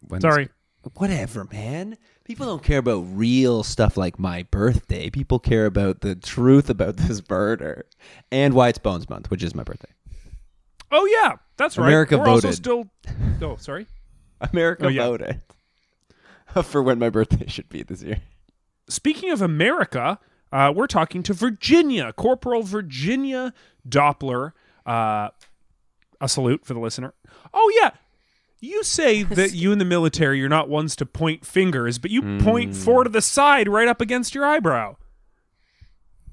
[SPEAKER 1] When's-
[SPEAKER 2] Sorry.
[SPEAKER 1] Whatever, man. People don't care about real stuff like my birthday. People care about the truth about this murder and why it's Bones Month, which is my birthday.
[SPEAKER 2] Oh yeah, that's right.
[SPEAKER 1] America
[SPEAKER 2] We're also
[SPEAKER 1] voted.
[SPEAKER 2] still. Oh, sorry.
[SPEAKER 1] America
[SPEAKER 2] Oh, yeah.
[SPEAKER 1] voted for when my birthday should be this year.
[SPEAKER 2] Speaking of America, uh, we're talking to Virginia, Corporal Virginia Doppler. Uh, a salute for the listener. Oh, yeah. You say that you in the military, you're not ones to point fingers, but you
[SPEAKER 1] Hmm.
[SPEAKER 2] point four to the side right up against your eyebrow.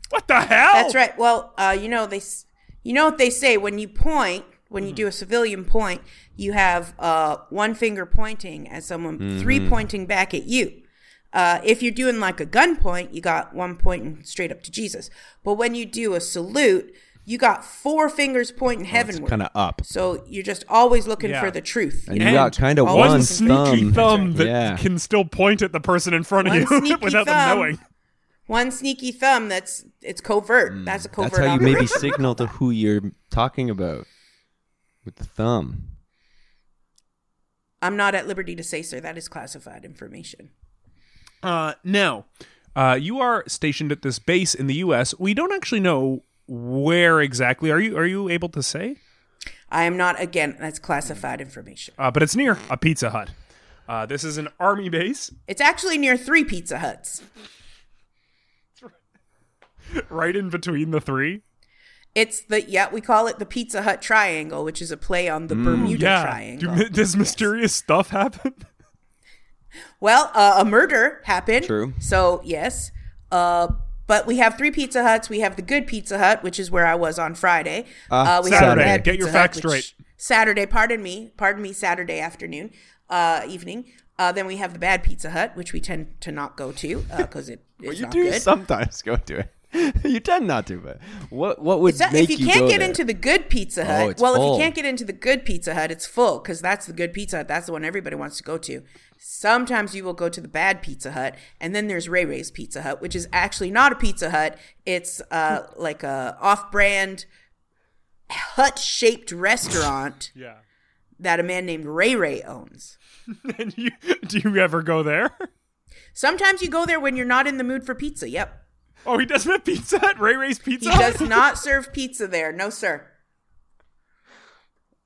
[SPEAKER 2] What the
[SPEAKER 1] Oh.
[SPEAKER 2] hell?
[SPEAKER 3] That's right. Well, uh, you know they, s- you know what they say when you point, when
[SPEAKER 1] Mm-hmm.
[SPEAKER 3] you do a civilian point, you have uh, one finger pointing at someone,
[SPEAKER 1] Mm-hmm.
[SPEAKER 3] three pointing back at you. Uh, if you're doing like a gun point, you got one pointing straight up to Jesus. But when you do a salute, you got four fingers pointing heavenward.
[SPEAKER 1] Kind of up.
[SPEAKER 3] so you're just always looking
[SPEAKER 2] Yeah.
[SPEAKER 3] for the truth.
[SPEAKER 1] And you got kind of
[SPEAKER 3] always
[SPEAKER 1] one,
[SPEAKER 2] One sneaky
[SPEAKER 1] thumb.
[SPEAKER 2] thumb, that
[SPEAKER 1] yeah.
[SPEAKER 2] can still point at the person in front of
[SPEAKER 3] One
[SPEAKER 2] you
[SPEAKER 3] sneaky
[SPEAKER 2] without them
[SPEAKER 3] thumb.
[SPEAKER 2] knowing.
[SPEAKER 3] One sneaky thumb that's it's covert. that's a covert
[SPEAKER 1] Mm, That's how you maybe
[SPEAKER 3] operation.
[SPEAKER 1] signal to who you're talking about with the thumb.
[SPEAKER 3] I'm not at liberty to say, sir. That is classified information.
[SPEAKER 2] Uh, now, uh, you are stationed at this base in the U.S. We don't actually know where exactly. Are you Are you able to say?
[SPEAKER 3] I am not again. That's classified information.
[SPEAKER 2] Uh, but it's near a Pizza Hut. Uh, this is an army base
[SPEAKER 3] It's actually near three Pizza Huts.
[SPEAKER 2] right in between the three.
[SPEAKER 3] It's the yeah we call it the Pizza Hut Triangle, which is a play on the Bermuda
[SPEAKER 2] Mm, yeah. Do-
[SPEAKER 3] Triangle.
[SPEAKER 2] does mysterious stuff happen?
[SPEAKER 3] Well, uh, a murder happened.
[SPEAKER 1] True.
[SPEAKER 3] So yes, uh, but we have three Pizza Huts. We have the good Pizza Hut, which is where I was on Friday. Uh,
[SPEAKER 1] Ah,
[SPEAKER 3] we
[SPEAKER 1] Saturday.
[SPEAKER 3] the bad
[SPEAKER 2] Get your
[SPEAKER 3] Pizza Hut,
[SPEAKER 2] facts
[SPEAKER 3] which-
[SPEAKER 2] straight.
[SPEAKER 3] Saturday. Pardon me. Pardon me. Saturday afternoon, uh, evening. Uh, then we have the bad Pizza Hut, which we tend to not go to because it is
[SPEAKER 1] you
[SPEAKER 3] not
[SPEAKER 1] do
[SPEAKER 3] good.
[SPEAKER 1] sometimes go to it. you tend not to, but what what would
[SPEAKER 3] So
[SPEAKER 1] make
[SPEAKER 3] if you, can't
[SPEAKER 1] go
[SPEAKER 3] get
[SPEAKER 1] there?
[SPEAKER 3] into the good Pizza
[SPEAKER 1] Oh,
[SPEAKER 3] Hut,
[SPEAKER 1] it's
[SPEAKER 3] well, if
[SPEAKER 1] full.
[SPEAKER 3] you can't get into the good Pizza Hut, it's full because that's the good Pizza Hut. That's the one everybody wants to go to. Sometimes you will go to the bad Pizza Hut, and then there's Ray Ray's Pizza Hut, which is actually not a Pizza Hut. It's uh, like a off-brand hut-shaped restaurant
[SPEAKER 2] Yeah.
[SPEAKER 3] that a man named Ray Ray owns.
[SPEAKER 2] And you do you ever go there?
[SPEAKER 3] Sometimes you go there when you're not in the mood for pizza. Yep,
[SPEAKER 2] Oh, he doesn't have Pizza Hut. Ray Ray's
[SPEAKER 3] he
[SPEAKER 2] Pizza Hut.
[SPEAKER 3] does not serve pizza there. No, sir.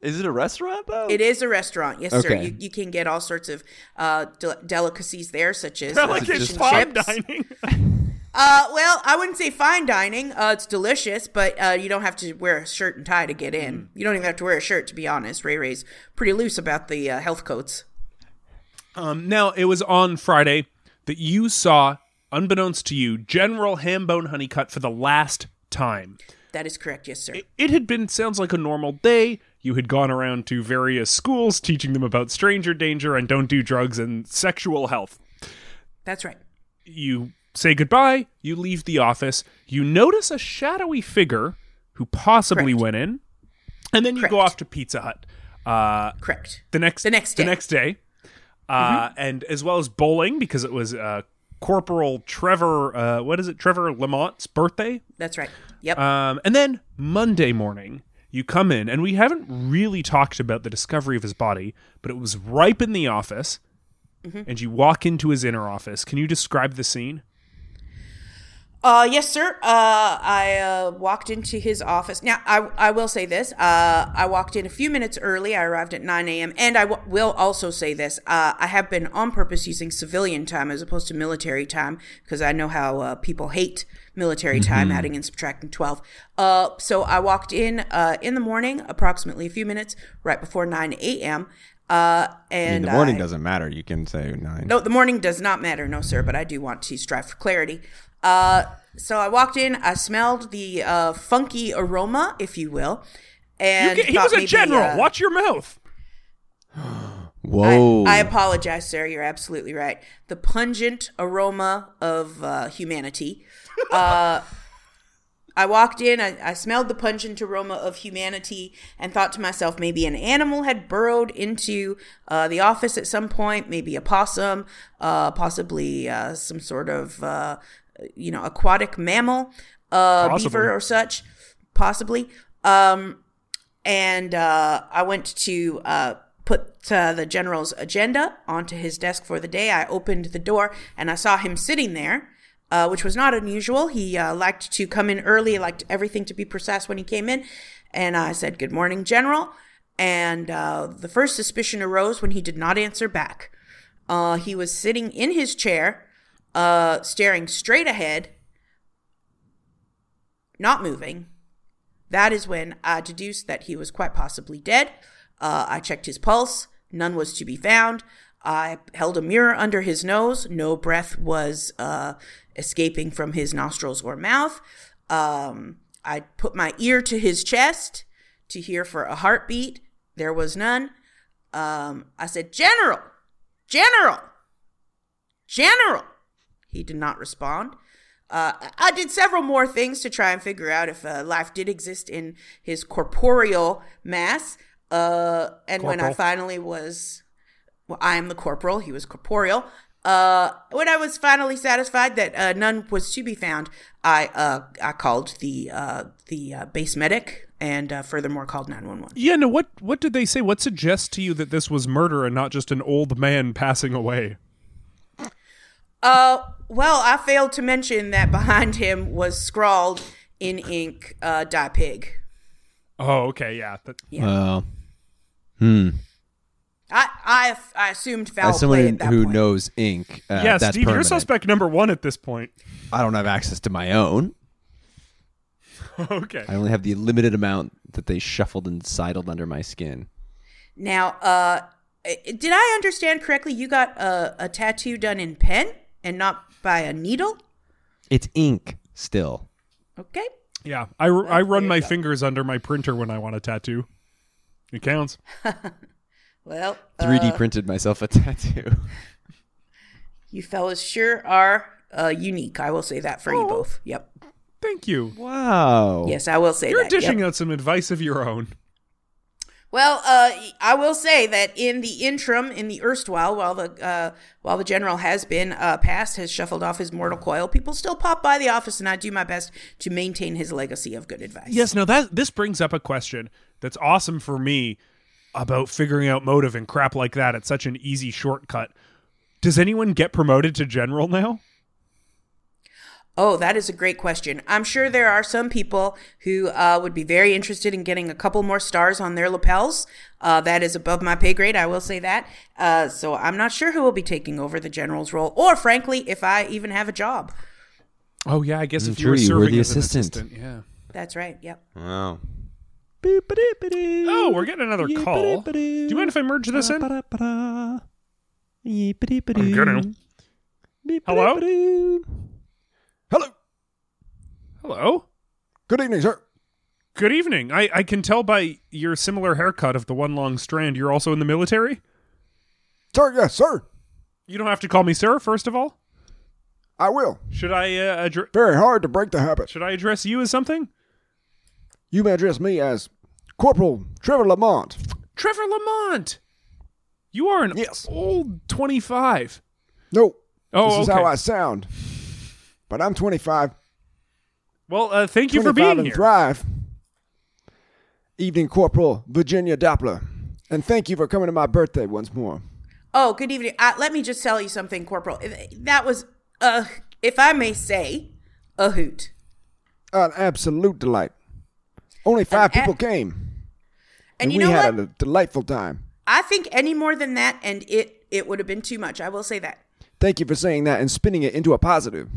[SPEAKER 1] Is it a restaurant though?
[SPEAKER 3] It is a restaurant, yes, sir.
[SPEAKER 1] Oh. Okay.
[SPEAKER 3] You, you can get all sorts of uh, del- delicacies there, such as uh,
[SPEAKER 2] Delicate
[SPEAKER 3] fish and
[SPEAKER 2] fine
[SPEAKER 3] chips.
[SPEAKER 2] dining.
[SPEAKER 3] Uh, well, I wouldn't say fine dining. Uh, it's delicious, but uh, you don't have to wear a shirt and tie to get in. You don't even have to wear a shirt, to be honest. Ray Ray's pretty loose about the uh, health codes.
[SPEAKER 2] Um, now it was on Friday that you saw, unbeknownst to you, General Hambone Honeycutt for the last time.
[SPEAKER 3] That is correct, yes, sir.
[SPEAKER 2] It had been sounds like a normal day. You had gone around to various schools teaching them about stranger danger and don't do drugs and sexual health.
[SPEAKER 3] That's right.
[SPEAKER 2] you say goodbye, you leave the office, you notice a shadowy figure who possibly
[SPEAKER 3] Correct.
[SPEAKER 2] went in, and then you go
[SPEAKER 3] Correct.
[SPEAKER 2] off to Pizza Hut. Uh,
[SPEAKER 3] Correct.
[SPEAKER 2] the next
[SPEAKER 3] The next
[SPEAKER 2] the
[SPEAKER 3] day. Mm-hmm.
[SPEAKER 2] next day, uh, and as well as bowling because it was uh, Corporal Trevor. Uh, what is it? Trevor Lamont's birthday.
[SPEAKER 3] That's right. Yep.
[SPEAKER 2] Um, and then Monday morning, you come in, and we haven't really talked about the discovery of his body, but it was ripe in the office.
[SPEAKER 3] Mm-hmm.
[SPEAKER 2] And you walk into his inner office. Can you describe the scene?
[SPEAKER 3] Uh, yes, sir. Uh, I uh, walked into his office. Now, I, I will say this. Uh, I walked in a few minutes early. I arrived at 9 a.m. And I w- will also say this. Uh, I have been on purpose using civilian time as opposed to military time because I know how uh, people hate military
[SPEAKER 1] Mm-hmm.
[SPEAKER 3] time, adding and subtracting 12. Uh, so I walked in uh, in the morning, approximately a few minutes, right before 9 a.m. Uh,
[SPEAKER 1] I mean,
[SPEAKER 3] and
[SPEAKER 1] the morning
[SPEAKER 3] I-
[SPEAKER 1] doesn't matter. You can say nine.
[SPEAKER 3] no, the morning does not matter, no, sir, but I do want to strive for clarity. Uh, so I walked in, I smelled the uh, funky aroma, if you will. And
[SPEAKER 2] You ca- he
[SPEAKER 3] thought
[SPEAKER 2] was a
[SPEAKER 3] maybe,
[SPEAKER 2] general.
[SPEAKER 3] uh,
[SPEAKER 2] Watch your mouth.
[SPEAKER 1] Whoa.
[SPEAKER 3] I, I apologize, sir. You're absolutely right. The pungent aroma of uh, humanity. Uh, I walked in, I, I smelled the pungent aroma of humanity, and thought to myself, maybe an animal had burrowed into uh, the office at some point, maybe a possum, uh, possibly uh, some sort of, uh, you know, aquatic mammal, uh,
[SPEAKER 2] Possibly.
[SPEAKER 3] beaver or such, possibly. Um, and uh, I went to uh, put uh, the general's agenda onto his desk for the day. I opened the door and I saw him sitting there, uh, which was not unusual. He uh, liked to come in early, liked everything to be precise when he came in. And I said, Good morning, General. And uh, the first suspicion arose when he did not answer back. Uh, he was sitting in his chair, uh, staring straight ahead, not moving. That is when I deduced that he was quite possibly dead. Uh, I checked his pulse, none was to be found. I held a mirror under his nose, no breath was uh, escaping from his nostrils or mouth. Um, I put my ear to his chest to hear for a heartbeat, there was none. Um, I said, General, General, General. He did not respond. Uh, I did several more things to try and figure out if uh, life did exist in his corporeal mass. Uh, and when I
[SPEAKER 2] Corporal.
[SPEAKER 3] finally was, well, I am the corporal, he was corporeal. Uh, when I was finally satisfied that uh, none was to be found, I uh, I called the uh, the uh, base medic and uh, furthermore called nine one one.
[SPEAKER 2] Yeah, no, what what did they say? What suggests to you that this was murder and not just an old man passing away?
[SPEAKER 3] Uh, well, I failed to mention that behind him was scrawled in ink, uh, "Die Pig."
[SPEAKER 2] Oh, okay, yeah. that-
[SPEAKER 1] Well, hmm.
[SPEAKER 3] I I, I assumed foul
[SPEAKER 1] As someone
[SPEAKER 3] play at that
[SPEAKER 1] who
[SPEAKER 3] point.
[SPEAKER 1] knows ink, uh,
[SPEAKER 2] yeah,
[SPEAKER 1] that's
[SPEAKER 2] Steve, you're
[SPEAKER 1] permanent.
[SPEAKER 2] suspect number one at this point.
[SPEAKER 1] I don't have access to my own.
[SPEAKER 2] okay.
[SPEAKER 1] I only have the limited amount that they shuffled and sidled under my skin.
[SPEAKER 3] Now, uh, i- did I understand correctly? You got a, a tattoo done in pen and not by a needle?
[SPEAKER 1] It's ink still.
[SPEAKER 3] Okay.
[SPEAKER 2] Yeah, I, r- I run my fingers under my printer when I want a tattoo. It counts.
[SPEAKER 3] Well, uh,
[SPEAKER 1] 3D printed myself a tattoo.
[SPEAKER 3] you fellas sure are uh, unique. I will say that for
[SPEAKER 1] Oh.
[SPEAKER 3] you both. Yep.
[SPEAKER 2] Thank you.
[SPEAKER 1] Wow.
[SPEAKER 3] Yes, I will say
[SPEAKER 2] You're
[SPEAKER 3] that. yep.
[SPEAKER 2] dishing out some advice of your own.
[SPEAKER 3] Well, uh, I will say that in the interim, in the erstwhile, while the uh, while the general has been uh, passed, has shuffled off his mortal coil, people still pop by the office, and I do my best to maintain his legacy of good advice.
[SPEAKER 2] Yes, now that this brings up a question that's awesome for me about figuring out motive and crap like that. It's such an easy shortcut. Does anyone get promoted to general now?
[SPEAKER 3] Oh, that is a great question. I'm sure there are some people who uh, would be very interested in getting a couple more stars on their lapels. Uh, that is above my pay grade, I will say that. Uh, so I'm not sure who will be taking over the general's role, or frankly, if I even have a job.
[SPEAKER 2] Oh yeah, I guess
[SPEAKER 1] Mm,
[SPEAKER 2] if you were
[SPEAKER 1] true, you
[SPEAKER 2] serving
[SPEAKER 1] were the
[SPEAKER 2] as an
[SPEAKER 1] assistant.
[SPEAKER 2] assistant, yeah.
[SPEAKER 3] That's right. Yep.
[SPEAKER 1] Wow.
[SPEAKER 2] Oh,
[SPEAKER 1] Oh,
[SPEAKER 2] we're getting another call. Do you mind if I merge this in?
[SPEAKER 1] I'm
[SPEAKER 2] gonna. Hello?
[SPEAKER 4] Hello.
[SPEAKER 2] Hello.
[SPEAKER 4] Good evening, sir.
[SPEAKER 2] Good evening. I, I can tell by your similar haircut of the one long strand you're also in the military.
[SPEAKER 4] Sir, yes, sir.
[SPEAKER 2] You don't have to call me sir, first of all.
[SPEAKER 4] I will.
[SPEAKER 2] Should I uh, addre-
[SPEAKER 4] Very hard to break the habit.
[SPEAKER 2] should I address you as something?
[SPEAKER 4] You may address me as Corporal Trevor Lamont.
[SPEAKER 2] Trevor Lamont. You are an
[SPEAKER 4] Yes.
[SPEAKER 2] old 25.
[SPEAKER 4] No.
[SPEAKER 2] Oh,
[SPEAKER 4] this is
[SPEAKER 2] okay.
[SPEAKER 4] how I sound. But I'm 25.
[SPEAKER 2] Well, uh, thank you for
[SPEAKER 4] 25
[SPEAKER 2] being
[SPEAKER 4] and
[SPEAKER 2] here.
[SPEAKER 4] thrive. Evening, Corporal Virginia Doppler. And thank you for coming to my birthday once more.
[SPEAKER 3] Oh, good evening. Uh, let me just tell you something, Corporal. That was, uh, if I may say, a hoot.
[SPEAKER 4] An absolute delight. Only five
[SPEAKER 3] An a-
[SPEAKER 4] people came,
[SPEAKER 3] And, you
[SPEAKER 4] we
[SPEAKER 3] know
[SPEAKER 4] had
[SPEAKER 3] what?
[SPEAKER 4] a delightful time.
[SPEAKER 3] I think any more than that, and it it would have been too much. I will say that.
[SPEAKER 4] Thank you for saying that and spinning it into a positive.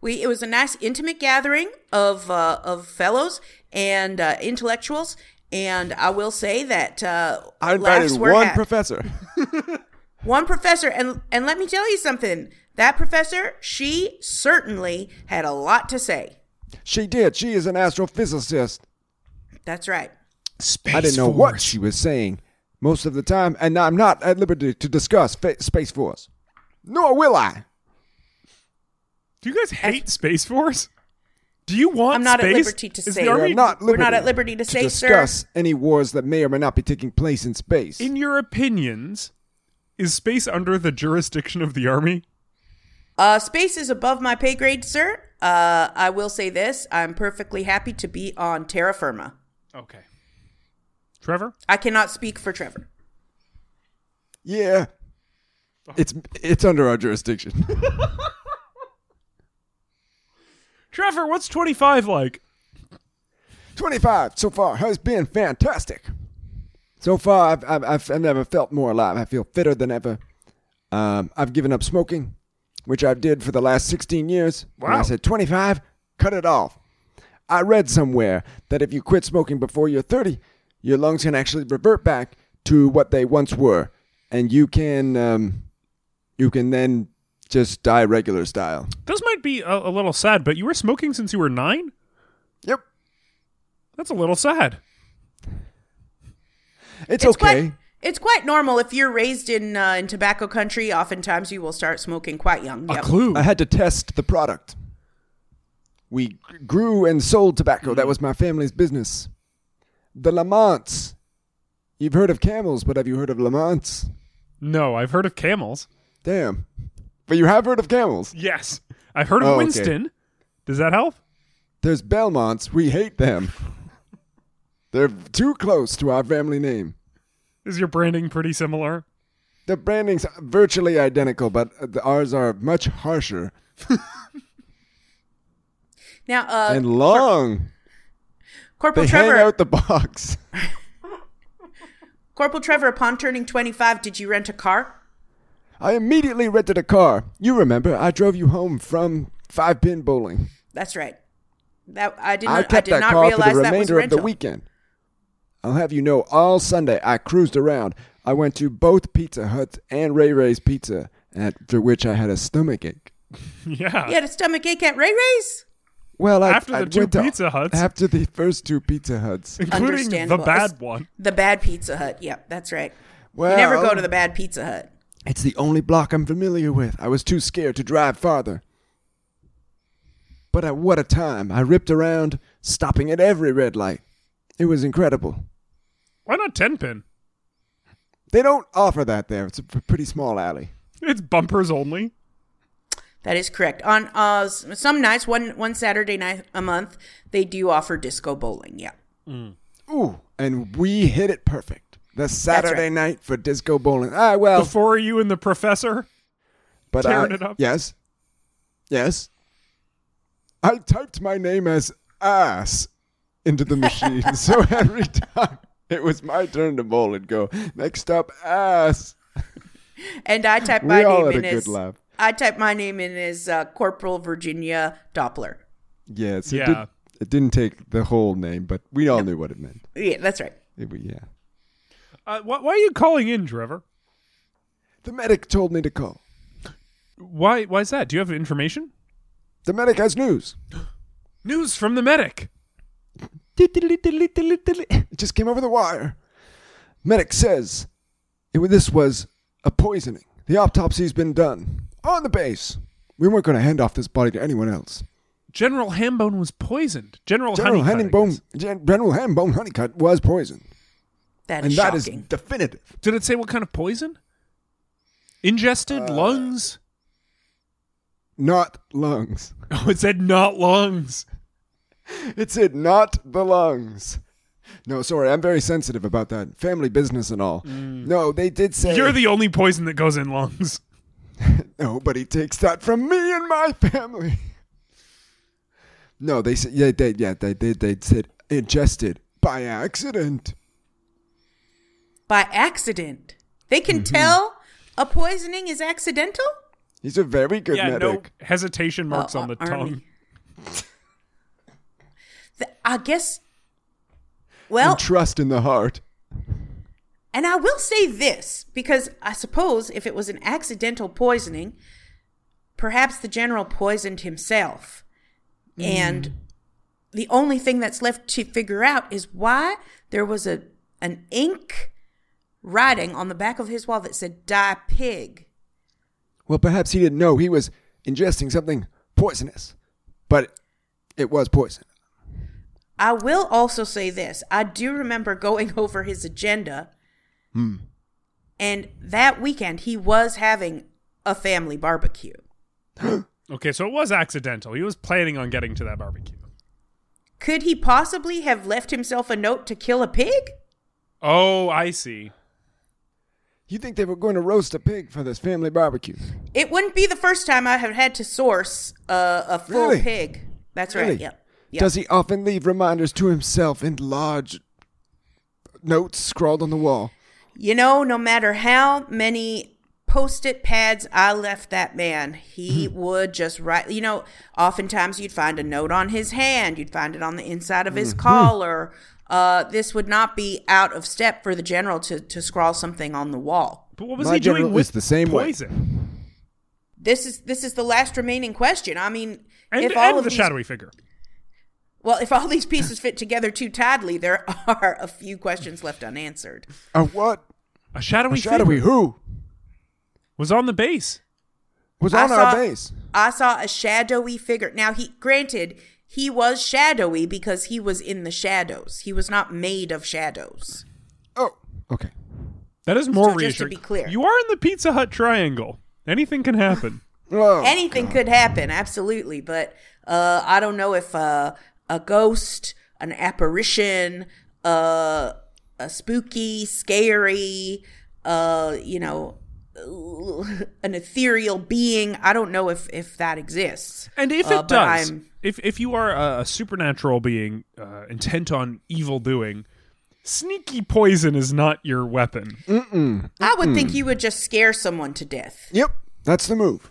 [SPEAKER 3] We it was a nice intimate gathering of uh, of fellows and uh, intellectuals, and I will say that uh,
[SPEAKER 4] I
[SPEAKER 3] laughs
[SPEAKER 4] invited
[SPEAKER 3] were
[SPEAKER 4] one
[SPEAKER 3] had.
[SPEAKER 4] professor.
[SPEAKER 3] one professor, and and let me tell you something. That professor, she certainly had a lot to say.
[SPEAKER 4] she did. She is an astrophysicist.
[SPEAKER 3] That's right.
[SPEAKER 2] Space
[SPEAKER 4] I didn't know what she was saying most of the time, and I'm not at liberty to discuss fa- Space Force. Nor will I.
[SPEAKER 2] Do you guys hate Space Force? Do you want
[SPEAKER 3] I'm not at
[SPEAKER 2] space?
[SPEAKER 3] liberty to
[SPEAKER 2] Is
[SPEAKER 3] say.
[SPEAKER 2] the
[SPEAKER 4] We
[SPEAKER 2] army,
[SPEAKER 4] are not
[SPEAKER 3] We're
[SPEAKER 4] liberty
[SPEAKER 3] not at liberty to say, sir.
[SPEAKER 4] discuss any wars that may or may not be taking place in space.
[SPEAKER 2] in your opinions, is space under the jurisdiction of the army?
[SPEAKER 3] Uh, space is above my pay grade, sir. Uh, I will say this: I'm perfectly happy to be on terra firma.
[SPEAKER 2] Okay. Trevor?
[SPEAKER 3] I cannot speak for Trevor.
[SPEAKER 4] yeah. It's it's under our jurisdiction.
[SPEAKER 2] Trevor, what's 25 like?
[SPEAKER 4] 25 so far has been fantastic. So far, I've, I've, I've I've never felt more alive. I feel fitter than ever. Um, I've given up smoking, which I did for the last 16 years. When
[SPEAKER 2] Wow.
[SPEAKER 4] I said 25, cut it off. I read somewhere that if you quit smoking before you're 30, your lungs can actually revert back to what they once were, and you can um, you can then just die regular style.
[SPEAKER 2] Those might be a, a little sad, but you were smoking since you were nine?
[SPEAKER 4] Yep,
[SPEAKER 2] That's a little sad.
[SPEAKER 4] it's, okay.
[SPEAKER 3] Quite, it's quite normal if you're raised in uh, in tobacco country. Oftentimes, you will start smoking quite young. Yep.
[SPEAKER 2] clue.
[SPEAKER 4] I had to test the product. We g- grew and sold tobacco.
[SPEAKER 3] Mm.
[SPEAKER 4] That was my family's business. The Lamonts. You've heard of camels, but have you heard of Lamonts?
[SPEAKER 2] No, I've heard of camels.
[SPEAKER 4] Damn. But you have heard of camels.
[SPEAKER 2] Yes. I've heard of
[SPEAKER 4] Oh, okay.
[SPEAKER 2] Winston. Does that help?
[SPEAKER 4] There's Belmonts. We hate them. They're too close to our family name.
[SPEAKER 2] Is your branding pretty similar?
[SPEAKER 4] The branding's virtually identical, but uh, the- ours are much harsher
[SPEAKER 3] Now, uh,
[SPEAKER 4] and long.
[SPEAKER 3] Corporal
[SPEAKER 4] They
[SPEAKER 3] Trevor,
[SPEAKER 4] hang out the box.
[SPEAKER 3] Corporal Trevor, upon turning 25, did you rent a car?
[SPEAKER 4] I immediately rented a car. You remember, I drove you home from five pin bowling.
[SPEAKER 3] That's right. That I didn't.
[SPEAKER 4] I
[SPEAKER 3] I,
[SPEAKER 4] kept
[SPEAKER 3] did
[SPEAKER 4] that
[SPEAKER 3] not
[SPEAKER 4] car for
[SPEAKER 3] realize
[SPEAKER 4] the
[SPEAKER 3] that was
[SPEAKER 4] remainder of
[SPEAKER 3] rental.
[SPEAKER 4] the weekend. I'll have you know, all Sunday I cruised around. I went to both Pizza Hut and Ray Ray's Pizza, after which I had a stomach ache.
[SPEAKER 2] Yeah.
[SPEAKER 3] You had a stomach ache at Ray Ray's.
[SPEAKER 4] Well, I,
[SPEAKER 2] After the
[SPEAKER 4] I
[SPEAKER 2] two
[SPEAKER 4] went to-
[SPEAKER 2] Pizza Huts.
[SPEAKER 4] After the first two Pizza Huts.
[SPEAKER 2] Including the
[SPEAKER 3] Understandable.
[SPEAKER 2] bad
[SPEAKER 3] It's-
[SPEAKER 2] one.
[SPEAKER 3] The bad Pizza Hut. Yep, that's right.
[SPEAKER 4] Well,
[SPEAKER 3] you never go to the bad Pizza Hut.
[SPEAKER 4] It's the only block I'm familiar with. I was too scared to drive farther. But at what a time! I ripped around, stopping at every red light. It was incredible.
[SPEAKER 2] Why not ten pin?
[SPEAKER 4] They don't offer that there. It's a p- pretty small alley.
[SPEAKER 2] It's bumpers only.
[SPEAKER 3] That is correct. On uh, s- some nights, one one Saturday night a month, they do offer disco bowling. Yeah,
[SPEAKER 4] Ooh, and we hit it perfect. The Saturday
[SPEAKER 3] right.
[SPEAKER 4] night for disco bowling. Ah, well,
[SPEAKER 2] The four of you and the professor.
[SPEAKER 4] but
[SPEAKER 2] tearing
[SPEAKER 4] I,
[SPEAKER 2] it up.
[SPEAKER 4] yes, yes. I typed my name as ass into the machine, so every time it was my turn to bowl and go next up ass.
[SPEAKER 3] and I type
[SPEAKER 4] We
[SPEAKER 3] my
[SPEAKER 4] all
[SPEAKER 3] name
[SPEAKER 4] had
[SPEAKER 3] in
[SPEAKER 4] a good
[SPEAKER 3] as
[SPEAKER 4] laugh.
[SPEAKER 3] I type my name in as uh, Corporal Virginia Doppler.
[SPEAKER 4] Yes, it,
[SPEAKER 2] Yeah.
[SPEAKER 4] did, it didn't take the whole name, but we all knew what it meant.
[SPEAKER 3] Yeah, that's right.
[SPEAKER 4] It, wa- yeah,
[SPEAKER 2] Uh, wh- why are you calling in, Trevor?
[SPEAKER 4] the medic told me to call.
[SPEAKER 2] Why? Why is that? Do you have information?
[SPEAKER 4] The medic has news.
[SPEAKER 2] News from the medic.
[SPEAKER 4] It just came over the wire. Medic says it, wa- this was a poisoning. The autopsy's been done on the base. We weren't going to hand off this body to anyone else.
[SPEAKER 2] General Hambone was poisoned. General,
[SPEAKER 4] General
[SPEAKER 2] Honeycutt, I
[SPEAKER 4] Hambone,
[SPEAKER 2] guess.
[SPEAKER 4] Gen- General Hambone Honeycutt was poisoned,
[SPEAKER 3] That
[SPEAKER 4] and
[SPEAKER 3] is
[SPEAKER 4] that is
[SPEAKER 3] shocking.
[SPEAKER 4] definitive.
[SPEAKER 2] Did it say what kind of poison? Ingested
[SPEAKER 4] Uh,
[SPEAKER 2] lungs.
[SPEAKER 4] Not lungs.
[SPEAKER 2] Oh, it said not lungs.
[SPEAKER 4] It said not the lungs. No, sorry, I'm very sensitive about that. Family business and all. No, they did say
[SPEAKER 2] Mm. You're the only poison that goes in lungs.
[SPEAKER 4] nobody takes that from me and my family. No, they said yeah, they yeah, they they they said ingested by accident.
[SPEAKER 3] By accident, they can
[SPEAKER 4] Mm-hmm.
[SPEAKER 3] tell a poisoning is accidental.
[SPEAKER 4] He's a very good
[SPEAKER 2] yeah, no
[SPEAKER 4] medic.
[SPEAKER 2] hesitation marks
[SPEAKER 3] Uh,
[SPEAKER 2] on the
[SPEAKER 3] uh,
[SPEAKER 2] tongue.
[SPEAKER 3] Army. Th- I guess. Well,
[SPEAKER 4] And trust in the heart.
[SPEAKER 3] And I will say this because I suppose if it was an accidental poisoning, perhaps the general poisoned himself. And the only thing that's left to figure out is why there was a an ink writing on the back of his wall that said die pig.
[SPEAKER 4] Well, perhaps he didn't know he was ingesting something poisonous, but it was poison.
[SPEAKER 3] I will also say this. I do remember going over his agenda. And that weekend he was having a family barbecue.
[SPEAKER 2] Okay, so it was accidental. He was planning on getting to that barbecue.
[SPEAKER 3] Could he possibly have left himself a note to kill a pig?
[SPEAKER 2] Oh, I see.
[SPEAKER 4] You think they were going to roast a pig for this family barbecue?
[SPEAKER 3] It wouldn't be the first time I have had to source a, a full
[SPEAKER 4] Really?
[SPEAKER 3] pig. That's
[SPEAKER 4] Really?
[SPEAKER 3] right. Yep. yep.
[SPEAKER 4] Does he often leave reminders to himself in large notes scrawled on the wall?
[SPEAKER 3] You know, no matter how many post-it pads I left that man, he
[SPEAKER 4] Mm-hmm.
[SPEAKER 3] would just write. You know, oftentimes you'd find a note on his hand, you'd find it on the inside of his
[SPEAKER 4] Mm-hmm.
[SPEAKER 3] collar. Uh, this would not be out of step for the general to to scrawl something on the wall.
[SPEAKER 2] But what was
[SPEAKER 4] My
[SPEAKER 2] he doing
[SPEAKER 4] general
[SPEAKER 2] with
[SPEAKER 4] is the same way.
[SPEAKER 2] poison?
[SPEAKER 3] This is this is the last remaining question. I mean,
[SPEAKER 2] And,
[SPEAKER 3] if all
[SPEAKER 2] and
[SPEAKER 3] of
[SPEAKER 2] the
[SPEAKER 3] these
[SPEAKER 2] shadowy figure.
[SPEAKER 3] Well, if all these pieces fit together too tidily, there are a few questions left unanswered.
[SPEAKER 4] A what?
[SPEAKER 2] A shadowy,
[SPEAKER 4] A shadowy
[SPEAKER 2] figure
[SPEAKER 4] who
[SPEAKER 2] was on the base.
[SPEAKER 4] was
[SPEAKER 3] I
[SPEAKER 4] on our
[SPEAKER 3] saw-
[SPEAKER 4] base?
[SPEAKER 3] I saw a shadowy figure. Now, he granted he was shadowy because he was in the shadows. He was not made of shadows.
[SPEAKER 4] Oh, okay.
[SPEAKER 2] That is more
[SPEAKER 3] So just to
[SPEAKER 2] reassuring.
[SPEAKER 3] be clear.
[SPEAKER 2] you are in the Pizza Hut triangle. Anything can happen.
[SPEAKER 4] Oh,
[SPEAKER 3] Anything could happen, absolutely, but uh, I don't know if uh, a ghost, an apparition, uh, a spooky, scary, uh, you know, an ethereal being. I don't know if if that exists.
[SPEAKER 2] And if
[SPEAKER 3] Uh,
[SPEAKER 2] it
[SPEAKER 3] but
[SPEAKER 2] does,
[SPEAKER 3] I'm-
[SPEAKER 2] if if you are a, a supernatural being uh, intent on evil doing, sneaky poison is not your weapon.
[SPEAKER 3] I would
[SPEAKER 2] hmm.
[SPEAKER 3] think you would just scare someone to death.
[SPEAKER 4] Yep, that's the move.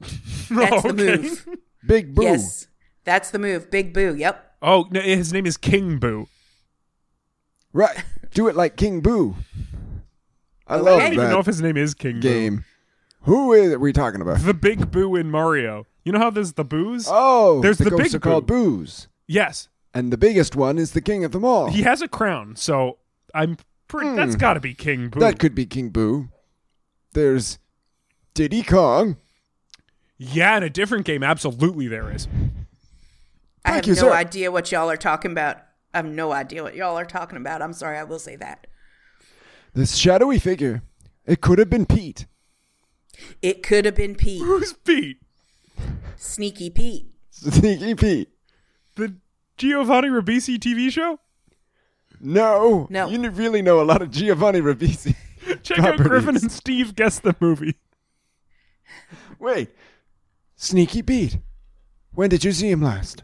[SPEAKER 3] That's the
[SPEAKER 2] Okay.
[SPEAKER 3] move.
[SPEAKER 4] Big boo.
[SPEAKER 3] Yes. That's the move. Big Boo. Yep.
[SPEAKER 2] Oh, no, his name is King Boo.
[SPEAKER 4] Right. Do it like King Boo. I
[SPEAKER 2] I
[SPEAKER 4] love
[SPEAKER 2] don't even know if
[SPEAKER 4] that
[SPEAKER 2] his name is King
[SPEAKER 4] game. Who is are we talking about?
[SPEAKER 2] Boo. The big Boo in Mario. You know how there's the Boos?
[SPEAKER 4] Oh,
[SPEAKER 2] There's the
[SPEAKER 4] ghosts
[SPEAKER 2] big
[SPEAKER 4] are called
[SPEAKER 2] Boo.
[SPEAKER 4] Boos,
[SPEAKER 2] Yes.
[SPEAKER 4] and the biggest one is the king of them all.
[SPEAKER 2] He has a crown, so I'm pretty. That's got to be King Boo.
[SPEAKER 4] Hmm. That could be King Boo. There's Diddy Kong.
[SPEAKER 2] yeah, in a different game, absolutely there is.
[SPEAKER 3] I
[SPEAKER 4] Thank
[SPEAKER 3] have
[SPEAKER 4] you,
[SPEAKER 3] no
[SPEAKER 4] sir.
[SPEAKER 3] idea what y'all are talking about. I have no idea what y'all are talking about. I'm sorry. I will say that.
[SPEAKER 4] This shadowy figure. It could have been Pete.
[SPEAKER 3] It could have been Pete.
[SPEAKER 2] Who's Pete?
[SPEAKER 3] Sneaky Pete.
[SPEAKER 4] Sneaky Pete.
[SPEAKER 2] The Giovanni Ribisi TV show?
[SPEAKER 4] No.
[SPEAKER 3] No.
[SPEAKER 4] You really know a lot of Giovanni Ribisi.
[SPEAKER 2] Check out Griffin
[SPEAKER 4] properties.
[SPEAKER 2] and Steve guess the movie.
[SPEAKER 4] Wait. Sneaky Pete. When did you see him last?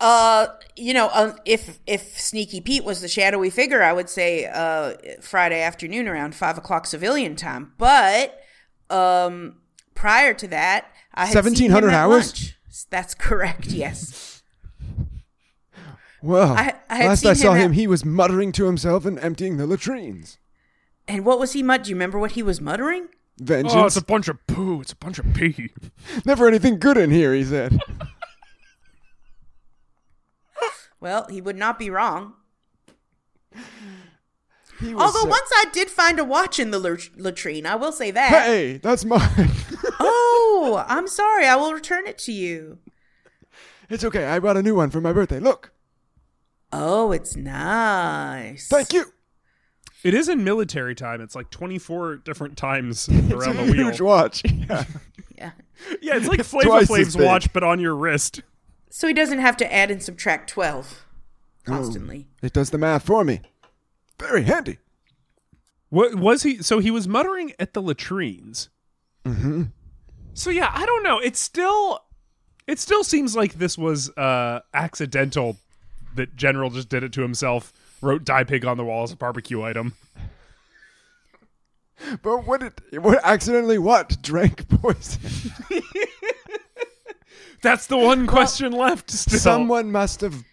[SPEAKER 3] Uh, you know, um, if if Sneaky Pete was the shadowy figure, I would say uh, Friday afternoon around five o'clock civilian time. But um, prior to that, I had seen him
[SPEAKER 4] 1700
[SPEAKER 3] at
[SPEAKER 4] hours?
[SPEAKER 3] lunch. That's correct. Yes,
[SPEAKER 4] Well,
[SPEAKER 3] I- I had
[SPEAKER 4] last
[SPEAKER 3] seen
[SPEAKER 4] I saw
[SPEAKER 3] him at-
[SPEAKER 4] him, he was muttering to himself and emptying the latrines.
[SPEAKER 3] and what was he? Mut- Do you remember what he was muttering?
[SPEAKER 2] Oh, it's
[SPEAKER 4] Vengeance.
[SPEAKER 2] a bunch of poo. It's a bunch of pee.
[SPEAKER 4] Never anything good in here, he said.
[SPEAKER 3] Well, he would not be wrong.
[SPEAKER 4] He was,
[SPEAKER 3] Although
[SPEAKER 4] uh,
[SPEAKER 3] once I did find a watch in the lat- latrine, I will say that.
[SPEAKER 4] Hey, that's mine.
[SPEAKER 3] Oh, I'm sorry. I will return it to you.
[SPEAKER 4] it's okay. I bought a new one for my birthday. Look.
[SPEAKER 3] Oh, it's nice.
[SPEAKER 4] Thank you.
[SPEAKER 2] It is in military time. It's like 24 different times around the wheel.
[SPEAKER 4] Huge watch. Yeah.
[SPEAKER 3] Yeah.
[SPEAKER 2] Yeah, it's like Flavor
[SPEAKER 4] Twice as
[SPEAKER 2] Flav's
[SPEAKER 4] big.
[SPEAKER 2] watch, but on your wrist.
[SPEAKER 3] So he doesn't have to add and subtract 12
[SPEAKER 2] Oh.
[SPEAKER 3] constantly.
[SPEAKER 4] It does the math for me. Very handy.
[SPEAKER 2] What was he? So he was muttering at the latrines. Mm-hmm. So yeah, I don't know. It still, it still seems like this was uh accidental. That General just did it to himself. Wrote "die pig" on the wall as a barbecue item.
[SPEAKER 4] But what did what accidentally what drank poison?
[SPEAKER 2] That's the one question left. Still,
[SPEAKER 4] Someone must have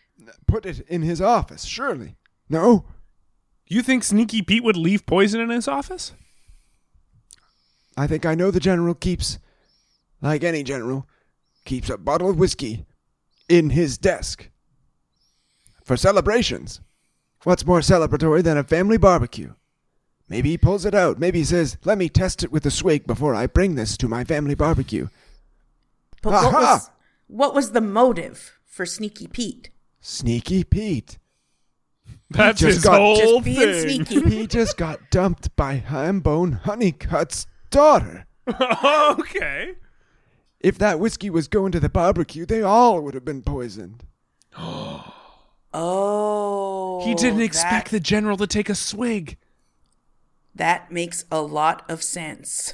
[SPEAKER 4] put it in his office, surely. No,
[SPEAKER 2] you think Sneaky Pete would leave poison in his office?
[SPEAKER 4] I think I know the general keeps, like any general, keeps a bottle of whiskey in his desk for celebrations. What's more celebratory than a family barbecue? Maybe he pulls it out. Maybe he says, "Let me test it with a swig before I bring this to my family barbecue."
[SPEAKER 3] But what
[SPEAKER 4] Aha!
[SPEAKER 3] was, what was the motive for Sneaky Pete?
[SPEAKER 4] Sneaky Pete.
[SPEAKER 2] That's
[SPEAKER 4] just
[SPEAKER 2] his
[SPEAKER 4] got-
[SPEAKER 2] whole
[SPEAKER 3] Just being
[SPEAKER 2] thing.
[SPEAKER 3] sneaky.
[SPEAKER 4] he just got dumped by Hambone Honeycutt's daughter.
[SPEAKER 2] okay.
[SPEAKER 4] If that whiskey was going to the barbecue, they all would have been poisoned.
[SPEAKER 3] oh.
[SPEAKER 2] He didn't expect
[SPEAKER 3] that.
[SPEAKER 2] the general to take a swig.
[SPEAKER 3] That makes a lot of sense.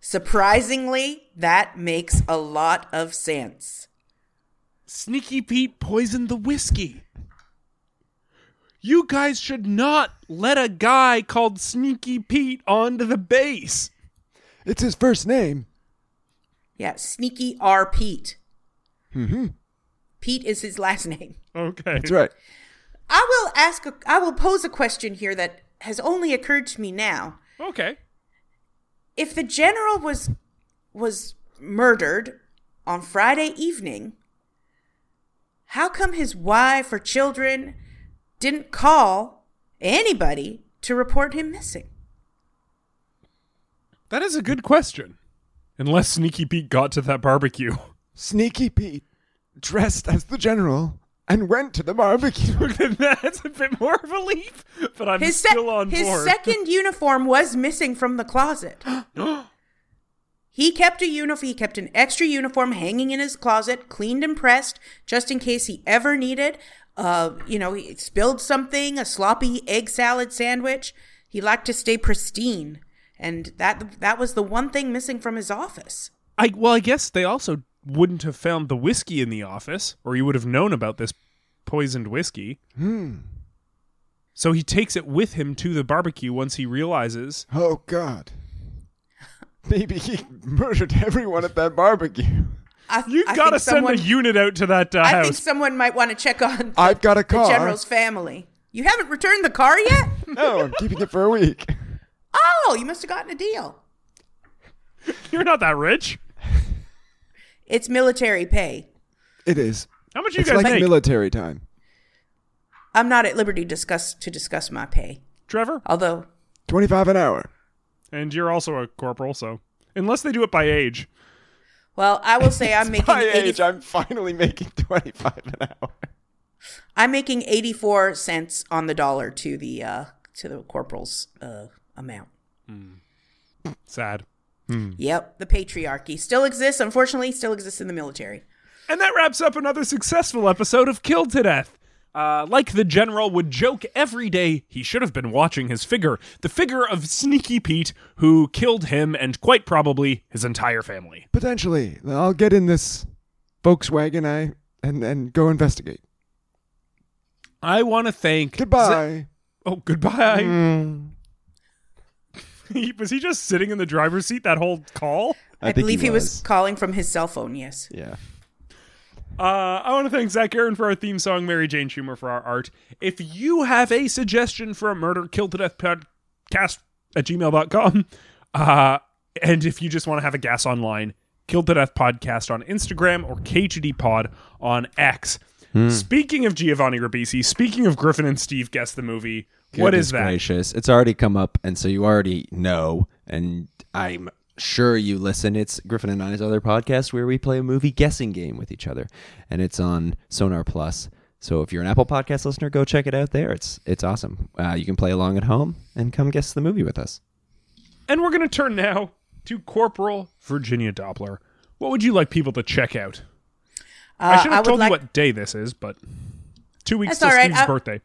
[SPEAKER 3] Surprisingly, that makes a lot of sense.
[SPEAKER 2] Sneaky Pete poisoned the whiskey. You guys should not let a guy called Sneaky Pete onto the base.
[SPEAKER 4] It's his first name.
[SPEAKER 3] Yeah, Sneaky R. Pete.
[SPEAKER 2] Mm-hmm.
[SPEAKER 3] Pete is his last name.
[SPEAKER 2] Okay.
[SPEAKER 4] That's right.
[SPEAKER 3] I will ask. A, I will pose a question here that has only occurred to me now.
[SPEAKER 2] Okay.
[SPEAKER 3] If the general was was murdered on Friday evening, how come his wife or children didn't call anybody to report him missing?
[SPEAKER 2] That is a good question. Unless Sneaky Pete got to that barbecue.
[SPEAKER 4] Sneaky Pete, dressed as the general, and went to the barbecue.
[SPEAKER 2] That's a bit more of a leap, but I'm
[SPEAKER 3] His, sec-
[SPEAKER 2] still on
[SPEAKER 3] his
[SPEAKER 2] board.
[SPEAKER 3] second uniform was missing from the closet. He kept a uniform. He kept an extra uniform hanging in his closet, cleaned and pressed, just in case he ever needed. Uh, you know, he spilled something, a sloppy egg salad sandwich. He liked to stay pristine, and that that was the one thing missing from his office.
[SPEAKER 2] I well, I guess they also wouldn't have found the whiskey in the office, or you would have known about this poisoned whiskey. Hmm. So he takes it with him to the barbecue once he realizes
[SPEAKER 4] oh, God. Maybe he murdered everyone at that barbecue.
[SPEAKER 3] I,
[SPEAKER 2] You
[SPEAKER 3] I
[SPEAKER 2] gotta
[SPEAKER 3] think
[SPEAKER 2] send
[SPEAKER 3] someone,
[SPEAKER 2] a unit out to that uh,
[SPEAKER 3] I think
[SPEAKER 2] house.
[SPEAKER 3] someone might want to check on the,
[SPEAKER 4] I've got a
[SPEAKER 3] the
[SPEAKER 4] car.
[SPEAKER 3] general's family. You haven't returned the car yet?
[SPEAKER 4] No, I'm keeping it for a week.
[SPEAKER 3] oh, you must have gotten a deal.
[SPEAKER 2] You're not that rich.
[SPEAKER 3] It's military pay.
[SPEAKER 4] It is.
[SPEAKER 2] How much you
[SPEAKER 4] It's
[SPEAKER 2] guys
[SPEAKER 4] like
[SPEAKER 2] make,
[SPEAKER 4] military time.
[SPEAKER 3] I'm not at liberty to discuss to discuss my pay.
[SPEAKER 2] Trevor?
[SPEAKER 3] Although,
[SPEAKER 4] Twenty-five an hour.
[SPEAKER 2] And you're also a corporal, so unless they do it by age,
[SPEAKER 3] well, I will say I'm making
[SPEAKER 4] My
[SPEAKER 3] 80,
[SPEAKER 4] age, I'm finally making twenty-five an hour.
[SPEAKER 3] I'm making 84 cents on the dollar to the uh, to the corporal's uh, amount.
[SPEAKER 2] sad.
[SPEAKER 3] Yep, the patriarchy still exists. Unfortunately, still exists in the military.
[SPEAKER 2] And that wraps up another successful episode of Killed to Death. Uh, like the general would joke every day, he should have been watching his figure, the figure of Sneaky Pete, who killed him and quite probably his entire family.
[SPEAKER 4] Potentially, I'll get in this Volkswagen. I and and go investigate.
[SPEAKER 2] I want to thank.
[SPEAKER 4] Goodbye.
[SPEAKER 2] oh, goodbye. He- was he just sitting in the driver's seat that whole call?
[SPEAKER 3] I, believe he, was. calling from his cell phone. Yes.
[SPEAKER 4] Yeah.
[SPEAKER 2] Uh, I want to thank Zach Aaron for our theme song, Mary Jane Schumer for our art. If you have a suggestion for a murder, kill to death podcast at gmail.com, uh, and if you just want to have a gas online, kill to death podcast on Instagram or KGD pod on X. Speaking of Giovanni Ribisi, speaking of Griffin and Steve Guess the Movie, what
[SPEAKER 1] Goodness
[SPEAKER 2] is that?
[SPEAKER 1] Gracious! It's already come up, and so you already know. And I'm sure you listen. It's Griffin and I's other podcast where we play a movie guessing game with each other, and it's on Sonar Plus. So if you're an Apple Podcast listener, go check it out there. It's it's awesome. Uh, you can play along at home and come guess the movie with us.
[SPEAKER 2] And we're going to turn now to Corporal Virginia Doppler. What would you like people to check out?
[SPEAKER 3] Uh,
[SPEAKER 2] I should have
[SPEAKER 3] would
[SPEAKER 2] told
[SPEAKER 3] like,
[SPEAKER 2] you what day this is, but two weeks
[SPEAKER 3] That's
[SPEAKER 2] till
[SPEAKER 3] all right.
[SPEAKER 2] Steve's
[SPEAKER 3] I-
[SPEAKER 2] birthday.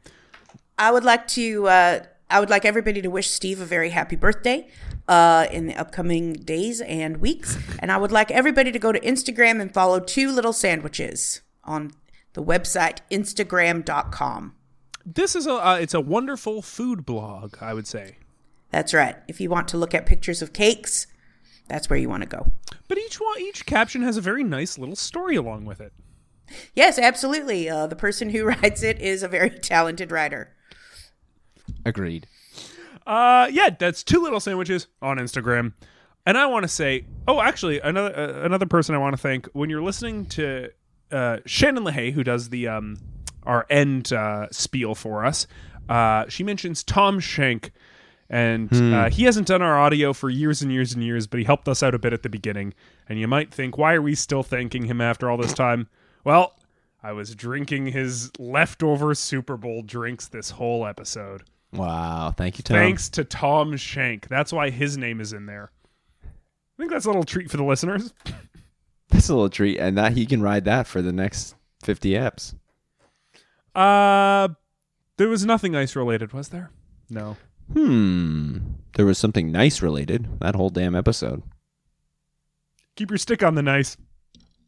[SPEAKER 3] I would like to. Uh, I would like everybody to wish Steve a very happy birthday uh, in the upcoming days and weeks. And I would like everybody to go to Instagram and follow Two Little Sandwiches on the website Instagram.com.
[SPEAKER 2] This is a uh, it's a wonderful food blog, I would say.
[SPEAKER 3] That's right. If you want to look at pictures of cakes, that's where you want to go.
[SPEAKER 2] But each one, each caption has a very nice little story along with it.
[SPEAKER 3] Yes, absolutely. Uh, the person who writes it is a very talented writer.
[SPEAKER 1] Agreed.
[SPEAKER 2] Uh, yeah, that's two little sandwiches on Instagram. And I want to say, oh, actually, another uh, another person I want to thank when you're listening to uh, Shannon LaHaye, who does the um, our end uh, spiel for us. Uh, she mentions Tom Shank, and uh, he hasn't done our audio for years and years and years, but he helped us out a bit at the beginning. And you might think, why are we still thanking him after all this time? Well, I was drinking his leftover Super Bowl drinks this whole episode.
[SPEAKER 1] Wow! Thank you, Tom.
[SPEAKER 2] Thanks to Tom Shank. That's why his name is in there. I think that's a little treat for the listeners.
[SPEAKER 1] That's a little treat, and that he can ride that for the next fifty apps.
[SPEAKER 2] Uh there was nothing ice related, was there? No.
[SPEAKER 1] Hmm. There was something nice related that whole damn episode.
[SPEAKER 2] Keep your stick on the nice.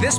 [SPEAKER 5] This